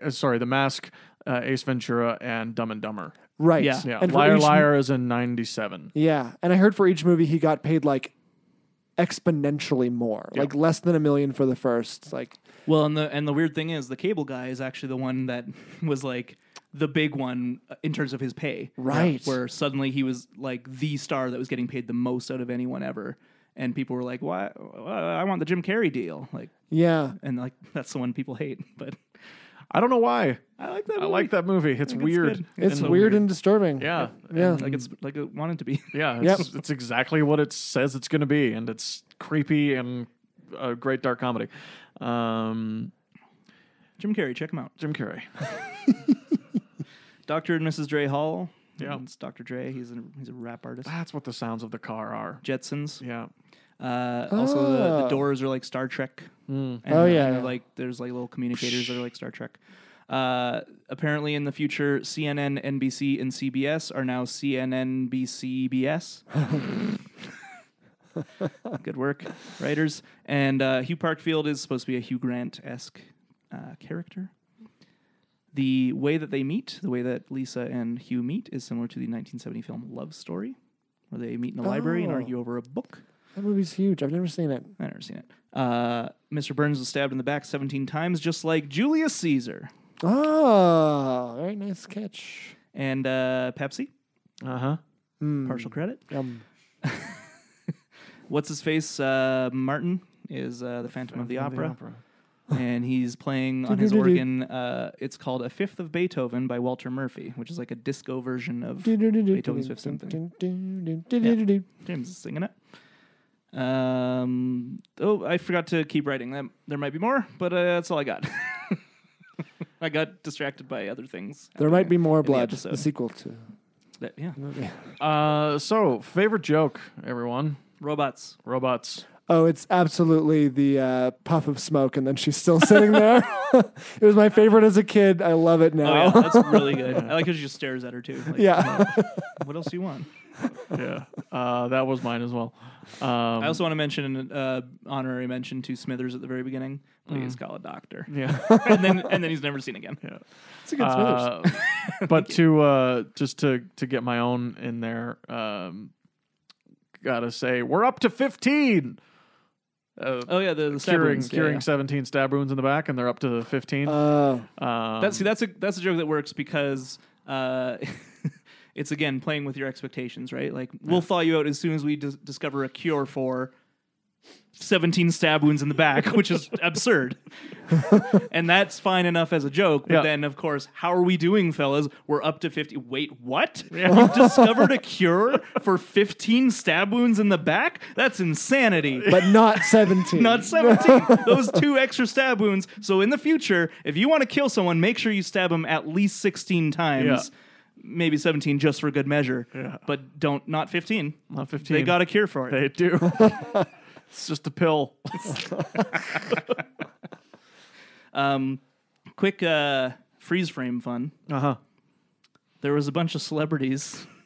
uh, sorry, the mask, uh, Ace Ventura, and Dumb and Dumber. right yeah. Yeah, and for liar, each- liar is in ninety-seven. yeah and i heard for each movie he got paid like exponentially more like less than a million for the first like Well, and the and the weird thing is, the cable guy is actually the one that was like the big one uh, in terms of his pay. Right. Where suddenly he was like the star that was getting paid the most out of anyone ever, and people were like, "Why? Well, I want the Jim Carrey deal." Like, yeah and like that's the one people hate. But I don't know why. I like that. I like that movie. It's it's weird. good. it's And the- weird, and disturbing Yeah, yeah Like it's like it wanted to be. yeah. Yep. It's, it's exactly what it says it's going to be, and it's creepy and a great dark comedy. Um, Jim Carrey, check him out. Jim Carrey. Doctor and Mrs. Dre Hall. Yeah. it's Doctor Dre. He's a he's a rap artist. That's what the sounds of the car are. Jetsons. Yeah. Uh, also, the, the Ah. doors are like Star Trek. And, Oh, and yeah, they're yeah. like there's like little communicators that are like Star Trek. Uh, apparently, in the future, CNN, NBC, and CBS are now CNN, BCBS. Good work, writers. And uh, Hugh Parkfield is supposed to be a Hugh Grant esque uh, character. The way that they meet, the way that Lisa and Hugh meet, is similar to the 1970 film Love Story, where they meet in the library and Oh. argue over a book. that movie's huge i've never seen it I've never seen it. Uh, Mr. Burns was stabbed in the back 17 times, just like Julius Caesar. oh very nice catch And uh, Pepsi, Uh Uh-huh. huh. partial credit. um What's his face? Uh, Martin is uh, the Phantom of the Opera, and he's playing on his Do-do-do-do. organ. Uh, it's called A Fifth of Beethoven by Walter Murphy, which is like a disco version of Beethoven's Fifth Symphony. James is singing it. Um, oh, I forgot to keep writing. That there might be more, but uh, that's all I got. I got distracted by other things. there might be the more blood episode. the sequel to That- yeah, Uh, so favorite joke, everyone. robots. Robots. Oh, it's absolutely the uh, puff of smoke, and then she's still sitting there. it was my favorite as a kid. I love it Oh now. yeah, that's really good. I like how she just stares at her too. Like, yeah. What else do you want? Yeah. Uh, that was mine as well. Um, I also want to mention an uh, honorary mention to Smithers at the very beginning. Please call a doctor, yeah. and then and then he's never seen again. yeah. it's a good Smithers. Uh, but to uh, just to to get my own in there, um, gotta say, we're up to 15. Uh, Oh yeah, the, the stab curing wounds, yeah, curing yeah. 17 stab wounds in the back, and they're up to 15. Uh, um, That, see, that's a that's a joke that works because uh, it's again playing with your expectations, right? Like we'll thaw you out as soon as we dis- discover a cure for seventeen stab wounds in the back, which is absurd, and that's fine enough as a joke. But Yeah. then, of course, how are we doing, fellas? We're up to fifty. Wait, what? You've discovered a cure for fifteen stab wounds in the back? That's insanity but not 17. not 17. Those two extra stab wounds. So in the future, if you want to kill someone, make sure you stab them at least 16 times. Yeah. Maybe 17 just for good measure. But don't not 15. not 15. They got a cure for it. They do. it's just a pill. Um quick uh freeze frame fun. Uh huh. There was a bunch of celebrities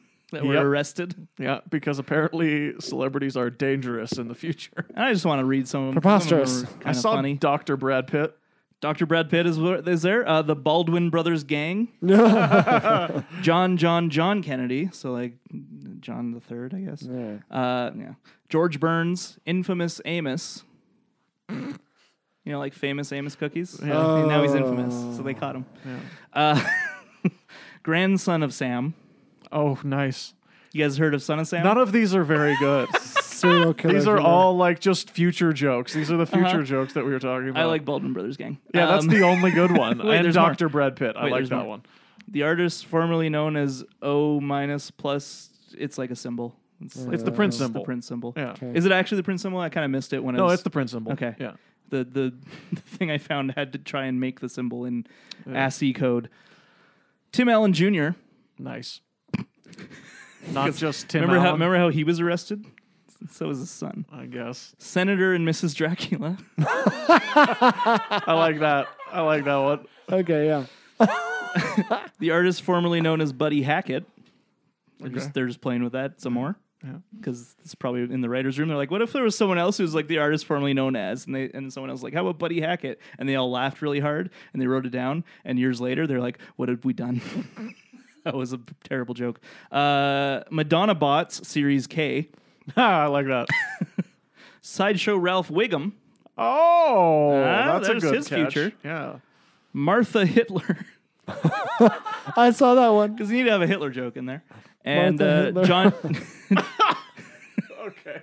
Yep. that were arrested. Yeah, because apparently celebrities are dangerous in the future. And I just want to read some of them. Preposterous. I saw funny. Dr. Brad Pitt. Dr. Brad Pitt is, where- is there. Uh, the Baldwin Brothers Gang. John, John, John Kennedy. So, like, John the Third, I guess. Yeah. Uh, yeah. George Burns, infamous Amos. You know, like famous Amos cookies. And now he's infamous, so they caught him. Uh, grandson of Sam. Oh, nice. You guys heard of Son of Sam? None of these are very good. Serial killer. These are all like just future jokes. These are the future jokes that we were talking about. Uh-huh. I like Baldwin Brothers Gang. Yeah, that's Um, the only good one. Wait, and there's more. Dr. Brad Pitt. I Wait, like there's that more. one. the artist formerly known as O minus plus. It's like a symbol. It's, like It's the Prince It's symbol. The print symbol. Yeah. Okay. Is it actually the print symbol? I kind of missed it when I No, was, it's the Prince symbol. Okay. Yeah. the the, the thing I found had to try and make the symbol in ASCII code. Tim Allen Jr. Nice. Not just Tim remember how Allen, remember how he was arrested? So was his son, I guess. Senator and Mrs. Dracula. I like that. I like that one. Okay, yeah. the artist formerly known as Buddy Hackett. They're, Okay. just, they're just playing with that some more. Yeah. Because it's probably in the writers' room. They're like, "What if there was someone else who's like the artist formerly known as?" And they and someone else was like, "How about Buddy Hackett?" And they all laughed really hard and they wrote it down. And years later, they're like, "What have we done?" that was a p- terrible joke. Uh, Madonna bots series K. Ah, I like that. Sideshow Ralph Wiggum. Oh, Ah, that's a there's good his catch. future. Yeah. Martha Hitler. I saw that one. Because you need to have a Hitler joke in there. And Martha uh, Hitler. John. Okay.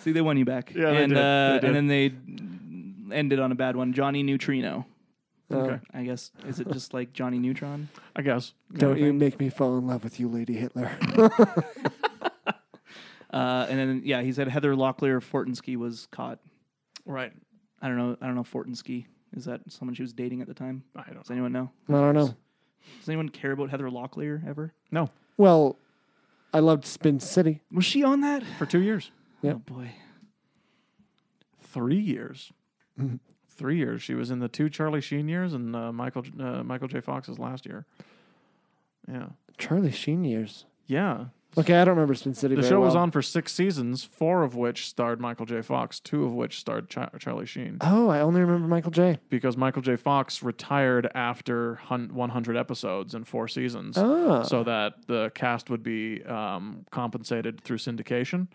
See, they won you back. Yeah, they and, did. They Uh, did. and then they ended on a bad one. Johnny Neutrino. Okay. I guess is it just like Johnny Neutron? I guess. Don't e- you make me fall in love with you, Lady Hitler. Uh, and then yeah, he said Heather Locklear Fortinsky was caught. Right. I don't know. I don't know Fortinsky. Is that someone she was dating at the time? I don't Does anyone know? I don't know. Does anyone care about Heather Locklear ever? know. Well, I loved Spin City. Was she on that? No. For two years. Oh Yeah. boy. Three years. Three years. She was in the two Charlie Sheen years and uh, Michael J- uh, Michael J. Fox's last year. Yeah. Charlie Sheen years. Yeah. Okay, I don't remember Spin City. The very show was well. on for six seasons, four of which starred Michael J. Fox, two of which starred Ch- Charlie Sheen, Oh, I only remember Michael J. because Michael J. Fox retired after hun- 100 episodes and four seasons, Oh, so that the cast would be um, compensated through syndication.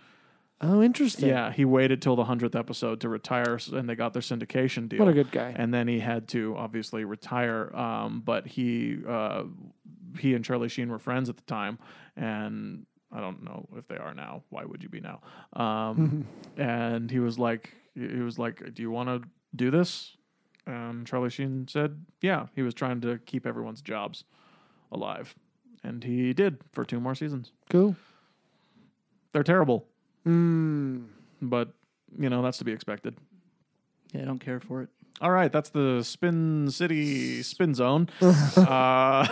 oh, interesting. Yeah, he waited till the 100th episode to retire, s- and they got their syndication deal. what a good guy. and then he had to obviously retire. Um, but he uh, he and Charlie Sheen were friends at the time, and I don't know if they are now. Why would you be now? Um, and he was like, he was like, "Do you want to do this?" And Charlie Sheen said, "Yeah." He was trying to keep everyone's jobs alive, and he did for two more seasons. Cool. They're terrible, Mm. but you know that's to be expected. Yeah, I don't care for it. All right, that's the Spin City Spin Zone. uh,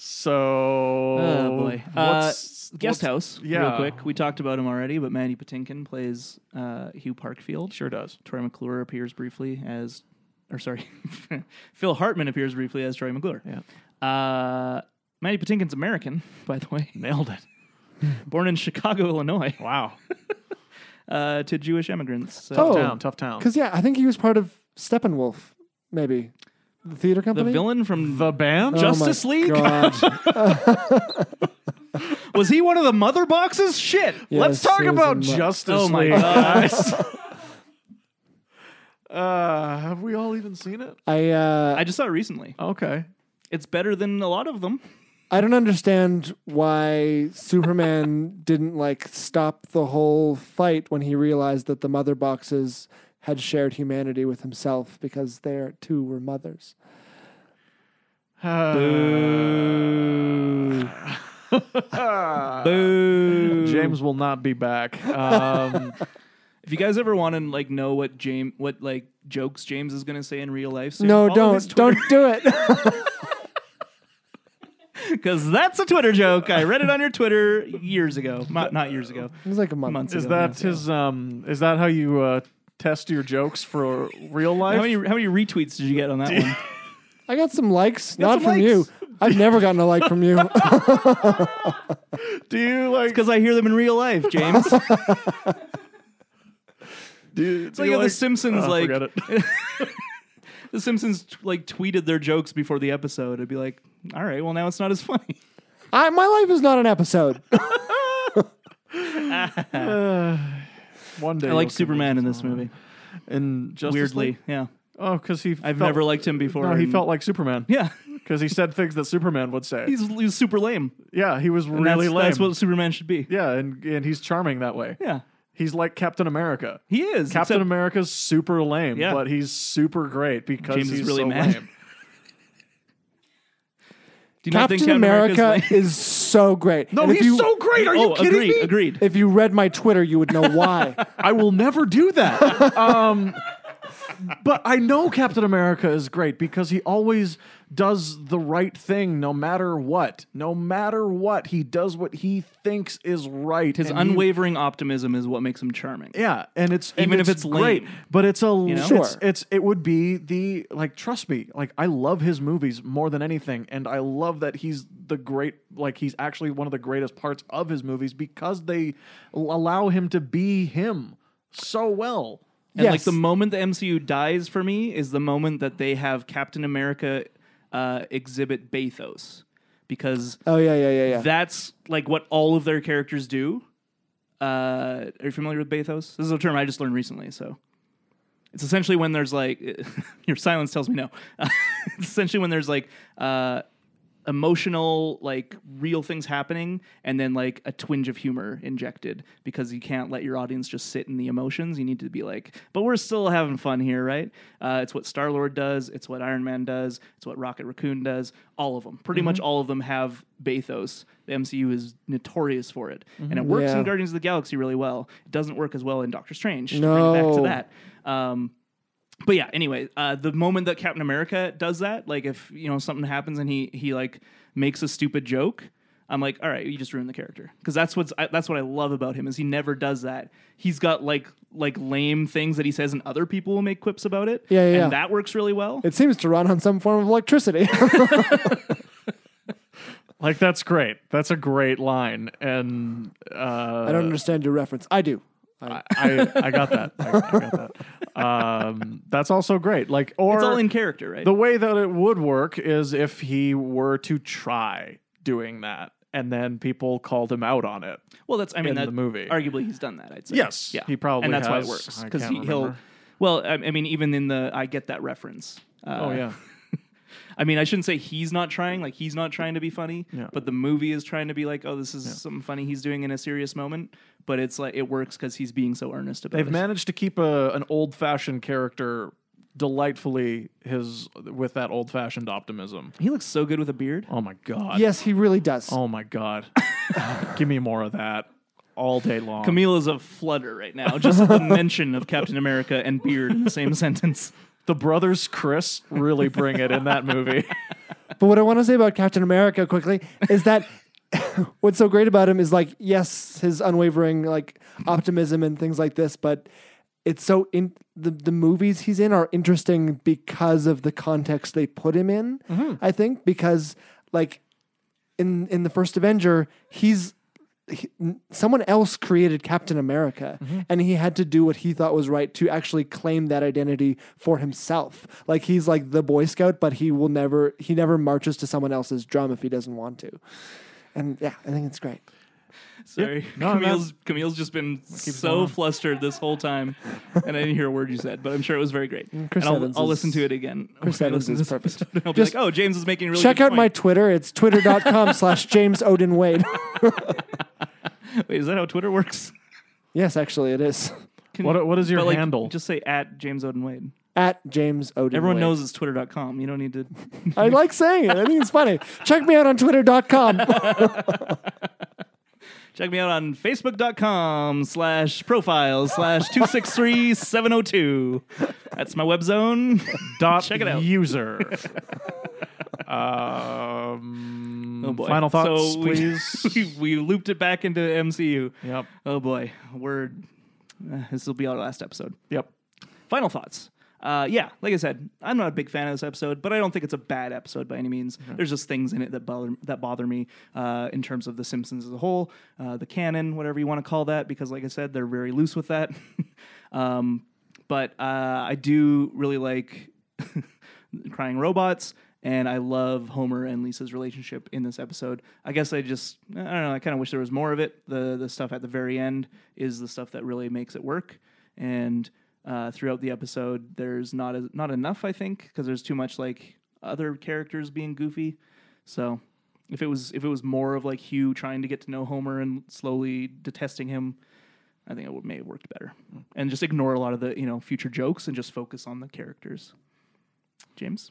so, Oh boy. Uh, what's, Guest what's- House. Real yeah. quick. We talked about him already, but Mandy Patinkin plays uh, Hugh Parkfield. Sure does. Troy McClure appears briefly as, or sorry, Phil Hartman appears briefly as Troy McClure. Yeah. Uh, Manny Patinkin's American, by the way, Nailed it. born in Chicago, Illinois, Wow. uh, to Jewish immigrants. So Tough Oh. town. Tough town. Because yeah, I think he was part of Steppenwolf, maybe the theater Oh the company. Oh. villain from The band? Oh my Justice League? God. Was he one of the mother boxes? Shit. Let's Yes, talk he was about a mo- Justice Oh my League. God. uh, have we all even seen it? I uh, I just saw it recently. Okay. It's better than a lot of them. I don't understand why Superman didn't like stop the whole fight when he realized that the mother boxes had shared humanity with himself because they are- too were mothers. Uh, Boo. Boo. uh, James will not be back. Um, If you guys ever want to like know what James, what like jokes James is gonna say in real life, soon, no, don't, don't do it. because that's a Twitter joke. I read it on your Twitter years ago, not not years ago. it was like a month. Months ago. is that his? Um, is that how you uh, test your jokes for real How life? many how many retweets did you get on that one? I got some likes, not some from likes. you. I've never gotten a like from you. do you like? Because I hear them in real life, James. It's like do you, do how you the Simpsons Oh, like forget it. the Simpsons t- like tweeted their jokes before the episode. It'd be like, all right, well now it's not as funny. I, my life is not an episode. Uh, One day I you'll like see Superman in James this Bond. movie. And Justice Weirdly, League? yeah. oh, because he I've never liked him before. No, he and- felt like Superman. yeah. because he said things that Superman would say. He's, he's super lame. yeah, he was And really that's, lame. That's what Superman should be. yeah, and and he's charming that way. Yeah. He's like Captain America. He is. Captain except- America's super lame, Yeah. but he's super great because James is he's really so mad. lame. Do you not think Captain America's America lame? is so great. No, And if he's you- so great. Are you Oh, kidding agreed, me? agreed. If you read my Twitter, you would know why. I will never do that. um, but I know Captain America is great because he always does the right thing no matter what. No matter what, he does what he thinks is right. His and he- unwavering optimism is what makes him charming. Yeah, and it's and Even if it's great, lame. but it's a know? sure. It's, Sure. it's it would be the like trust me, like I love his movies more than anything, and I love that he's the great like he's actually one of the greatest parts of his movies because they l- allow him to be him so well. And like Yes. the moment the MCU dies for me is the moment that they have Captain America uh, exhibit bathos because Oh yeah, yeah, yeah, yeah. that's like what all of their characters do. Uh, are you familiar with bathos? This is a term I just learned recently, so it's essentially when there's like your silence tells me no. it's essentially when there's like uh, emotional, like real things happening, and then like a twinge of humor injected because you can't let your audience just sit in the emotions. You need to be like, but we're still having fun here, right? Uh, it's what Star Lord does. It's what Iron Man does. It's what Rocket Raccoon does. All of them, pretty much all of them, have bathos. The MCU is notorious for it, and it works Yeah. in Guardians of the Galaxy really well. It doesn't work as well in Doctor Strange. to No. bring it back to that. Um, but yeah anyway uh, the moment that captain america does that like if you know something happens and he he like makes a stupid joke i'm like all right you just ruined the character because that's what's I, that's what i love about him is he never does that he's got like like lame things that he says and other people will make quips about it Yeah, yeah, and yeah. that works really well It seems to run on some form of electricity. Like that's great. That's a great line, and uh, I don't understand your reference. I do. I, I, I got that. I, I got that. Um, that's also great. Like or it's all in character right The way that it would work is if he were to try doing that and then people called him out on it. well that's i mean in that the movie. arguably he's done that i'd say Yes, yeah he probably and that's why it has. works I because can't he, will remember. well I, I mean even in the i get that reference uh, Oh, yeah. I mean, I shouldn't say he's not trying. Like he's not trying to be funny, Yeah. but the movie is trying to be like, oh, this is something funny he's doing in a serious moment. But it's like it works because he's being so earnest about They've it. managed to keep a, an old fashioned character delightfully his with that old fashioned optimism. he looks so good with a beard. Oh my god. Yes, he really does. Oh my god. Give me more of that all day long. Camila's a flutter right now, just at the mention of Captain America and beard in the same sentence. the brothers Chris really bring it in that movie. But what I want to say about Captain America quickly is that what's so great about him is like yes, his unwavering like optimism and things like this, but it's so in the, the movies he's in are interesting because of the context they put him in, I think, because like in in the first Avenger, he's he- n- someone else created Captain America, Mm-hmm. and he had to do what he thought was right to actually claim that identity for himself. Like he's like the Boy Scout, but he will never he never marches to someone else's drum if he doesn't want to. And yeah, I think it's great. Sorry, No, no. Camille's Camille's just been so going. flustered this whole time, and I didn't hear a word you said. But I'm sure it was very great. and Chris I'll, Evans I'll is- listen to it again. Chris when I Evans listen to is this perfect. episode. I'll Just be like, oh, James is making a really Check good out my point. Twitter. It's twitter.com slash James Odin Wade. Wait, is that how Twitter works? yes, actually, it is. Can- What- what is your but, like, handle? Just say at James Odin Wade. At James Odin Everyone Wade. knows it's Twitter.com. You don't need to. I like saying it. I think it's funny. Check me out on twitter.com. Check me out on Facebook.com slash profile slash 263 702. That's my web zone. Dot Check it out. User. um, Oh boy. Final thoughts, So we- please. We, we looped it back into MCU. Yep. Oh boy. Word. Uh, this will be our last episode. Yep. Final thoughts. Uh, yeah, like I said, I'm not a big fan of this episode, but I don't think it's a bad episode by any means. There's just things in it that bother that bother me uh, in terms of The Simpsons as a whole, uh, the canon, whatever you want to call that, because like I said, they're very loose with that. um, but uh, I do really like crying robots, and I love Homer and Lisa's relationship in this episode. I guess I just I don't know. I kind of wish there was more of it. The the stuff at the very end is the stuff that really makes it work and uh, throughout the episode, there's not as, not enough, I think, because there's too much like other characters being goofy. So if it was if it was more of like Hugh trying to get to know Homer and slowly detesting him, I think it would, may have worked better. And just ignore a lot of the you know future jokes and just focus on the characters. James,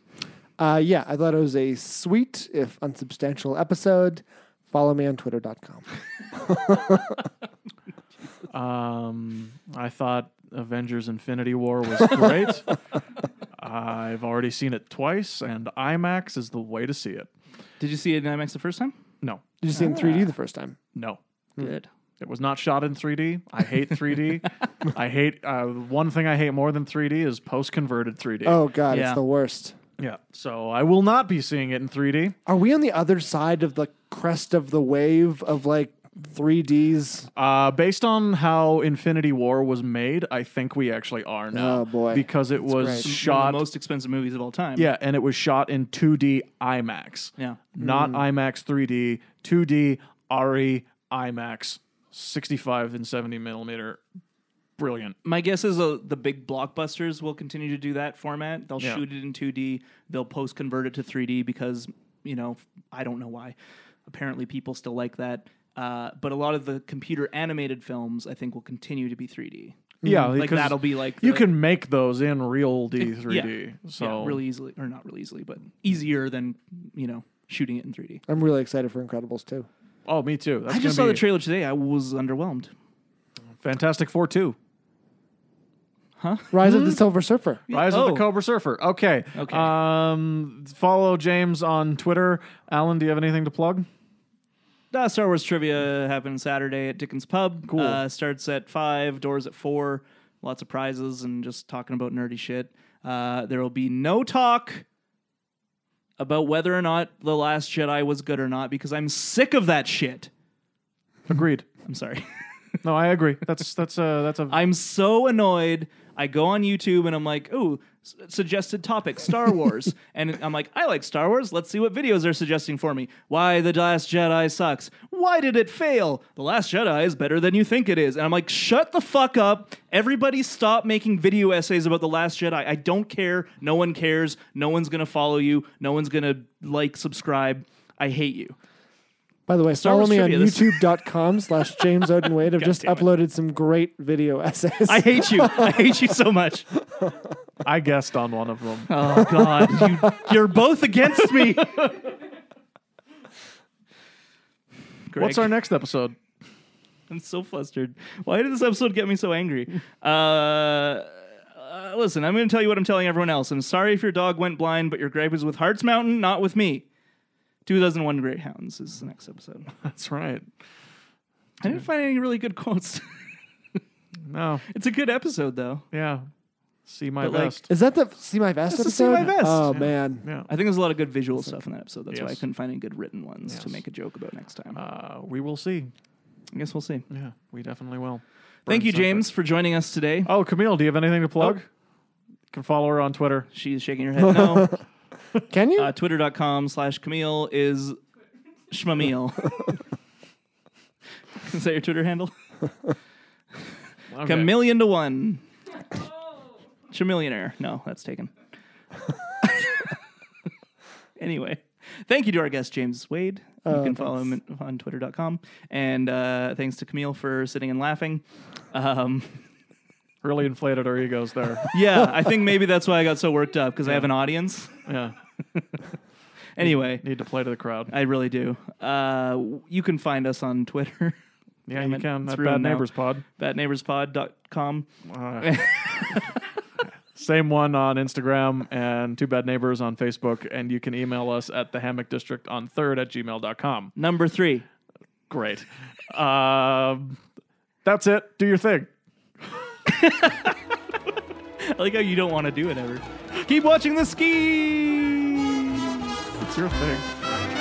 Uh, yeah, I thought it was a sweet, if unsubstantial, episode. Follow me on twitter.com. Um, I thought Avengers Infinity War was great. I've already seen it twice, and IMAX is the way to see it. did you see it in IMAX the first time? No, Did you see it in Ah. 3D the first time? no. Good. It was not shot in 3D. I hate 3D. I hate uh, one thing I hate more than 3D is post converted 3D. Oh, God, Yeah. it's the worst. yeah. So I will not be seeing it in 3D. Are we on the other side of the crest of the wave of like 3Ds? Uh, based on how Infinity War was made, I think we actually are now. Oh, boy. Because it was great. shot. One of the most expensive movies of all time. yeah, and it was shot in 2D IMAX. Yeah. Not Mm. IMAX 3D, 2D RE E IMAX, 65 and 70 millimeter. Brilliant. my guess is uh, the big blockbusters will continue to do that format. They'll Yeah. shoot it in 2D. They'll post convert it to 3D because you know f- I don't know why. Apparently, people still like that. Uh, but a lot of the computer animated films, I think, will continue to be 3D. Yeah, Mm, like because that'll be like you the- can make those in real D 3D. So yeah, really easily or not really easily, but easier than you know shooting it in 3D. I'm really excited for Incredibles too. Oh, me too. That's I just saw gonna the be trailer today. I was underwhelmed. Fantastic Four two. Rise of the Hmm. Silver Surfer. Rise of Oh. the Cobra Surfer. Okay. Okay. Um, follow James on Twitter. Alan, do you have anything to plug? Uh, Star Wars trivia happened Saturday at Dickens Pub. Cool. Uh, starts at five, doors at four. Lots of prizes and just talking about nerdy shit. Uh, there will be no talk about whether or not the Last Jedi was good or not because I'm sick of that shit. Agreed. I'm sorry. No, I agree. That's that's a that's a I'm so annoyed. I go on YouTube and I'm like, ooh, s- suggested topic Star Wars. and I'm like, I like Star Wars. Let's see what videos they're suggesting for me. Why The Last Jedi sucks. Why did it fail? The Last Jedi is better than you think it is. And I'm like, shut the fuck up. Everybody stop making video essays about The Last Jedi. I don't care. No one cares. No one's going to follow you. No one's going to like, subscribe. I hate you. By the way, follow Wars me on trivia, this- youtube.com slash James Odin Wade. I've just damn it. uploaded some great video essays. I hate you. I hate you so much. I guessed on one of them. Oh God, you, you're both against me. What's our next episode? I'm so flustered. Why did this episode get me so angry? Uh, uh, listen, I'm going to tell you what I'm telling everyone else. I'm sorry if your dog went blind, but your gripe is with Hearts Mountain, not with me. 2001 Greyhounds is the next episode. That's right. I didn't find any really good quotes. No. it's a good episode, though. Yeah. See my But, like, best. Is that the See My Vest That's the See episode? My Vest. Oh, Yeah. man. yeah. I think there's a lot of good visual stuff in that episode. That's why I Yes. couldn't find any good written ones to Yes. make a joke about next time. Uh, we will see. I guess we'll see. Yeah, we definitely will. Thank Burn you, something. James, for joining us today. Oh, Camille, do you have anything to plug? Oh. You can follow her on Twitter. She's shaking her head no. Can you? uh, Twitter.com slash Camille is Schmamil. Is that your Twitter handle? Okay. Chameleon to one. Oh. Chamillionaire. No, that's taken. anyway, thank you to our guest, James Wade. Oh, You can follow him on twitter.com. And uh, thanks to Camille for sitting and laughing. Um, Really inflated our egos there. yeah, I think maybe that's why I got so worked up because I have an audience. yeah. Anyway, Need to play to the crowd. I really do. Uh, you can find us on Twitter, yeah, damn you it, can. it's At Bad ruined now. Neighbors Pod. badneighborspod.com. Uh, same one on Instagram and Two Bad Neighbors on Facebook. And you can email us at the hammock district on third at gmail.com. Number three. Great. Um, that's it. Do your thing. I like how you don't want to do it ever. Keep watching the ski. It's your thing.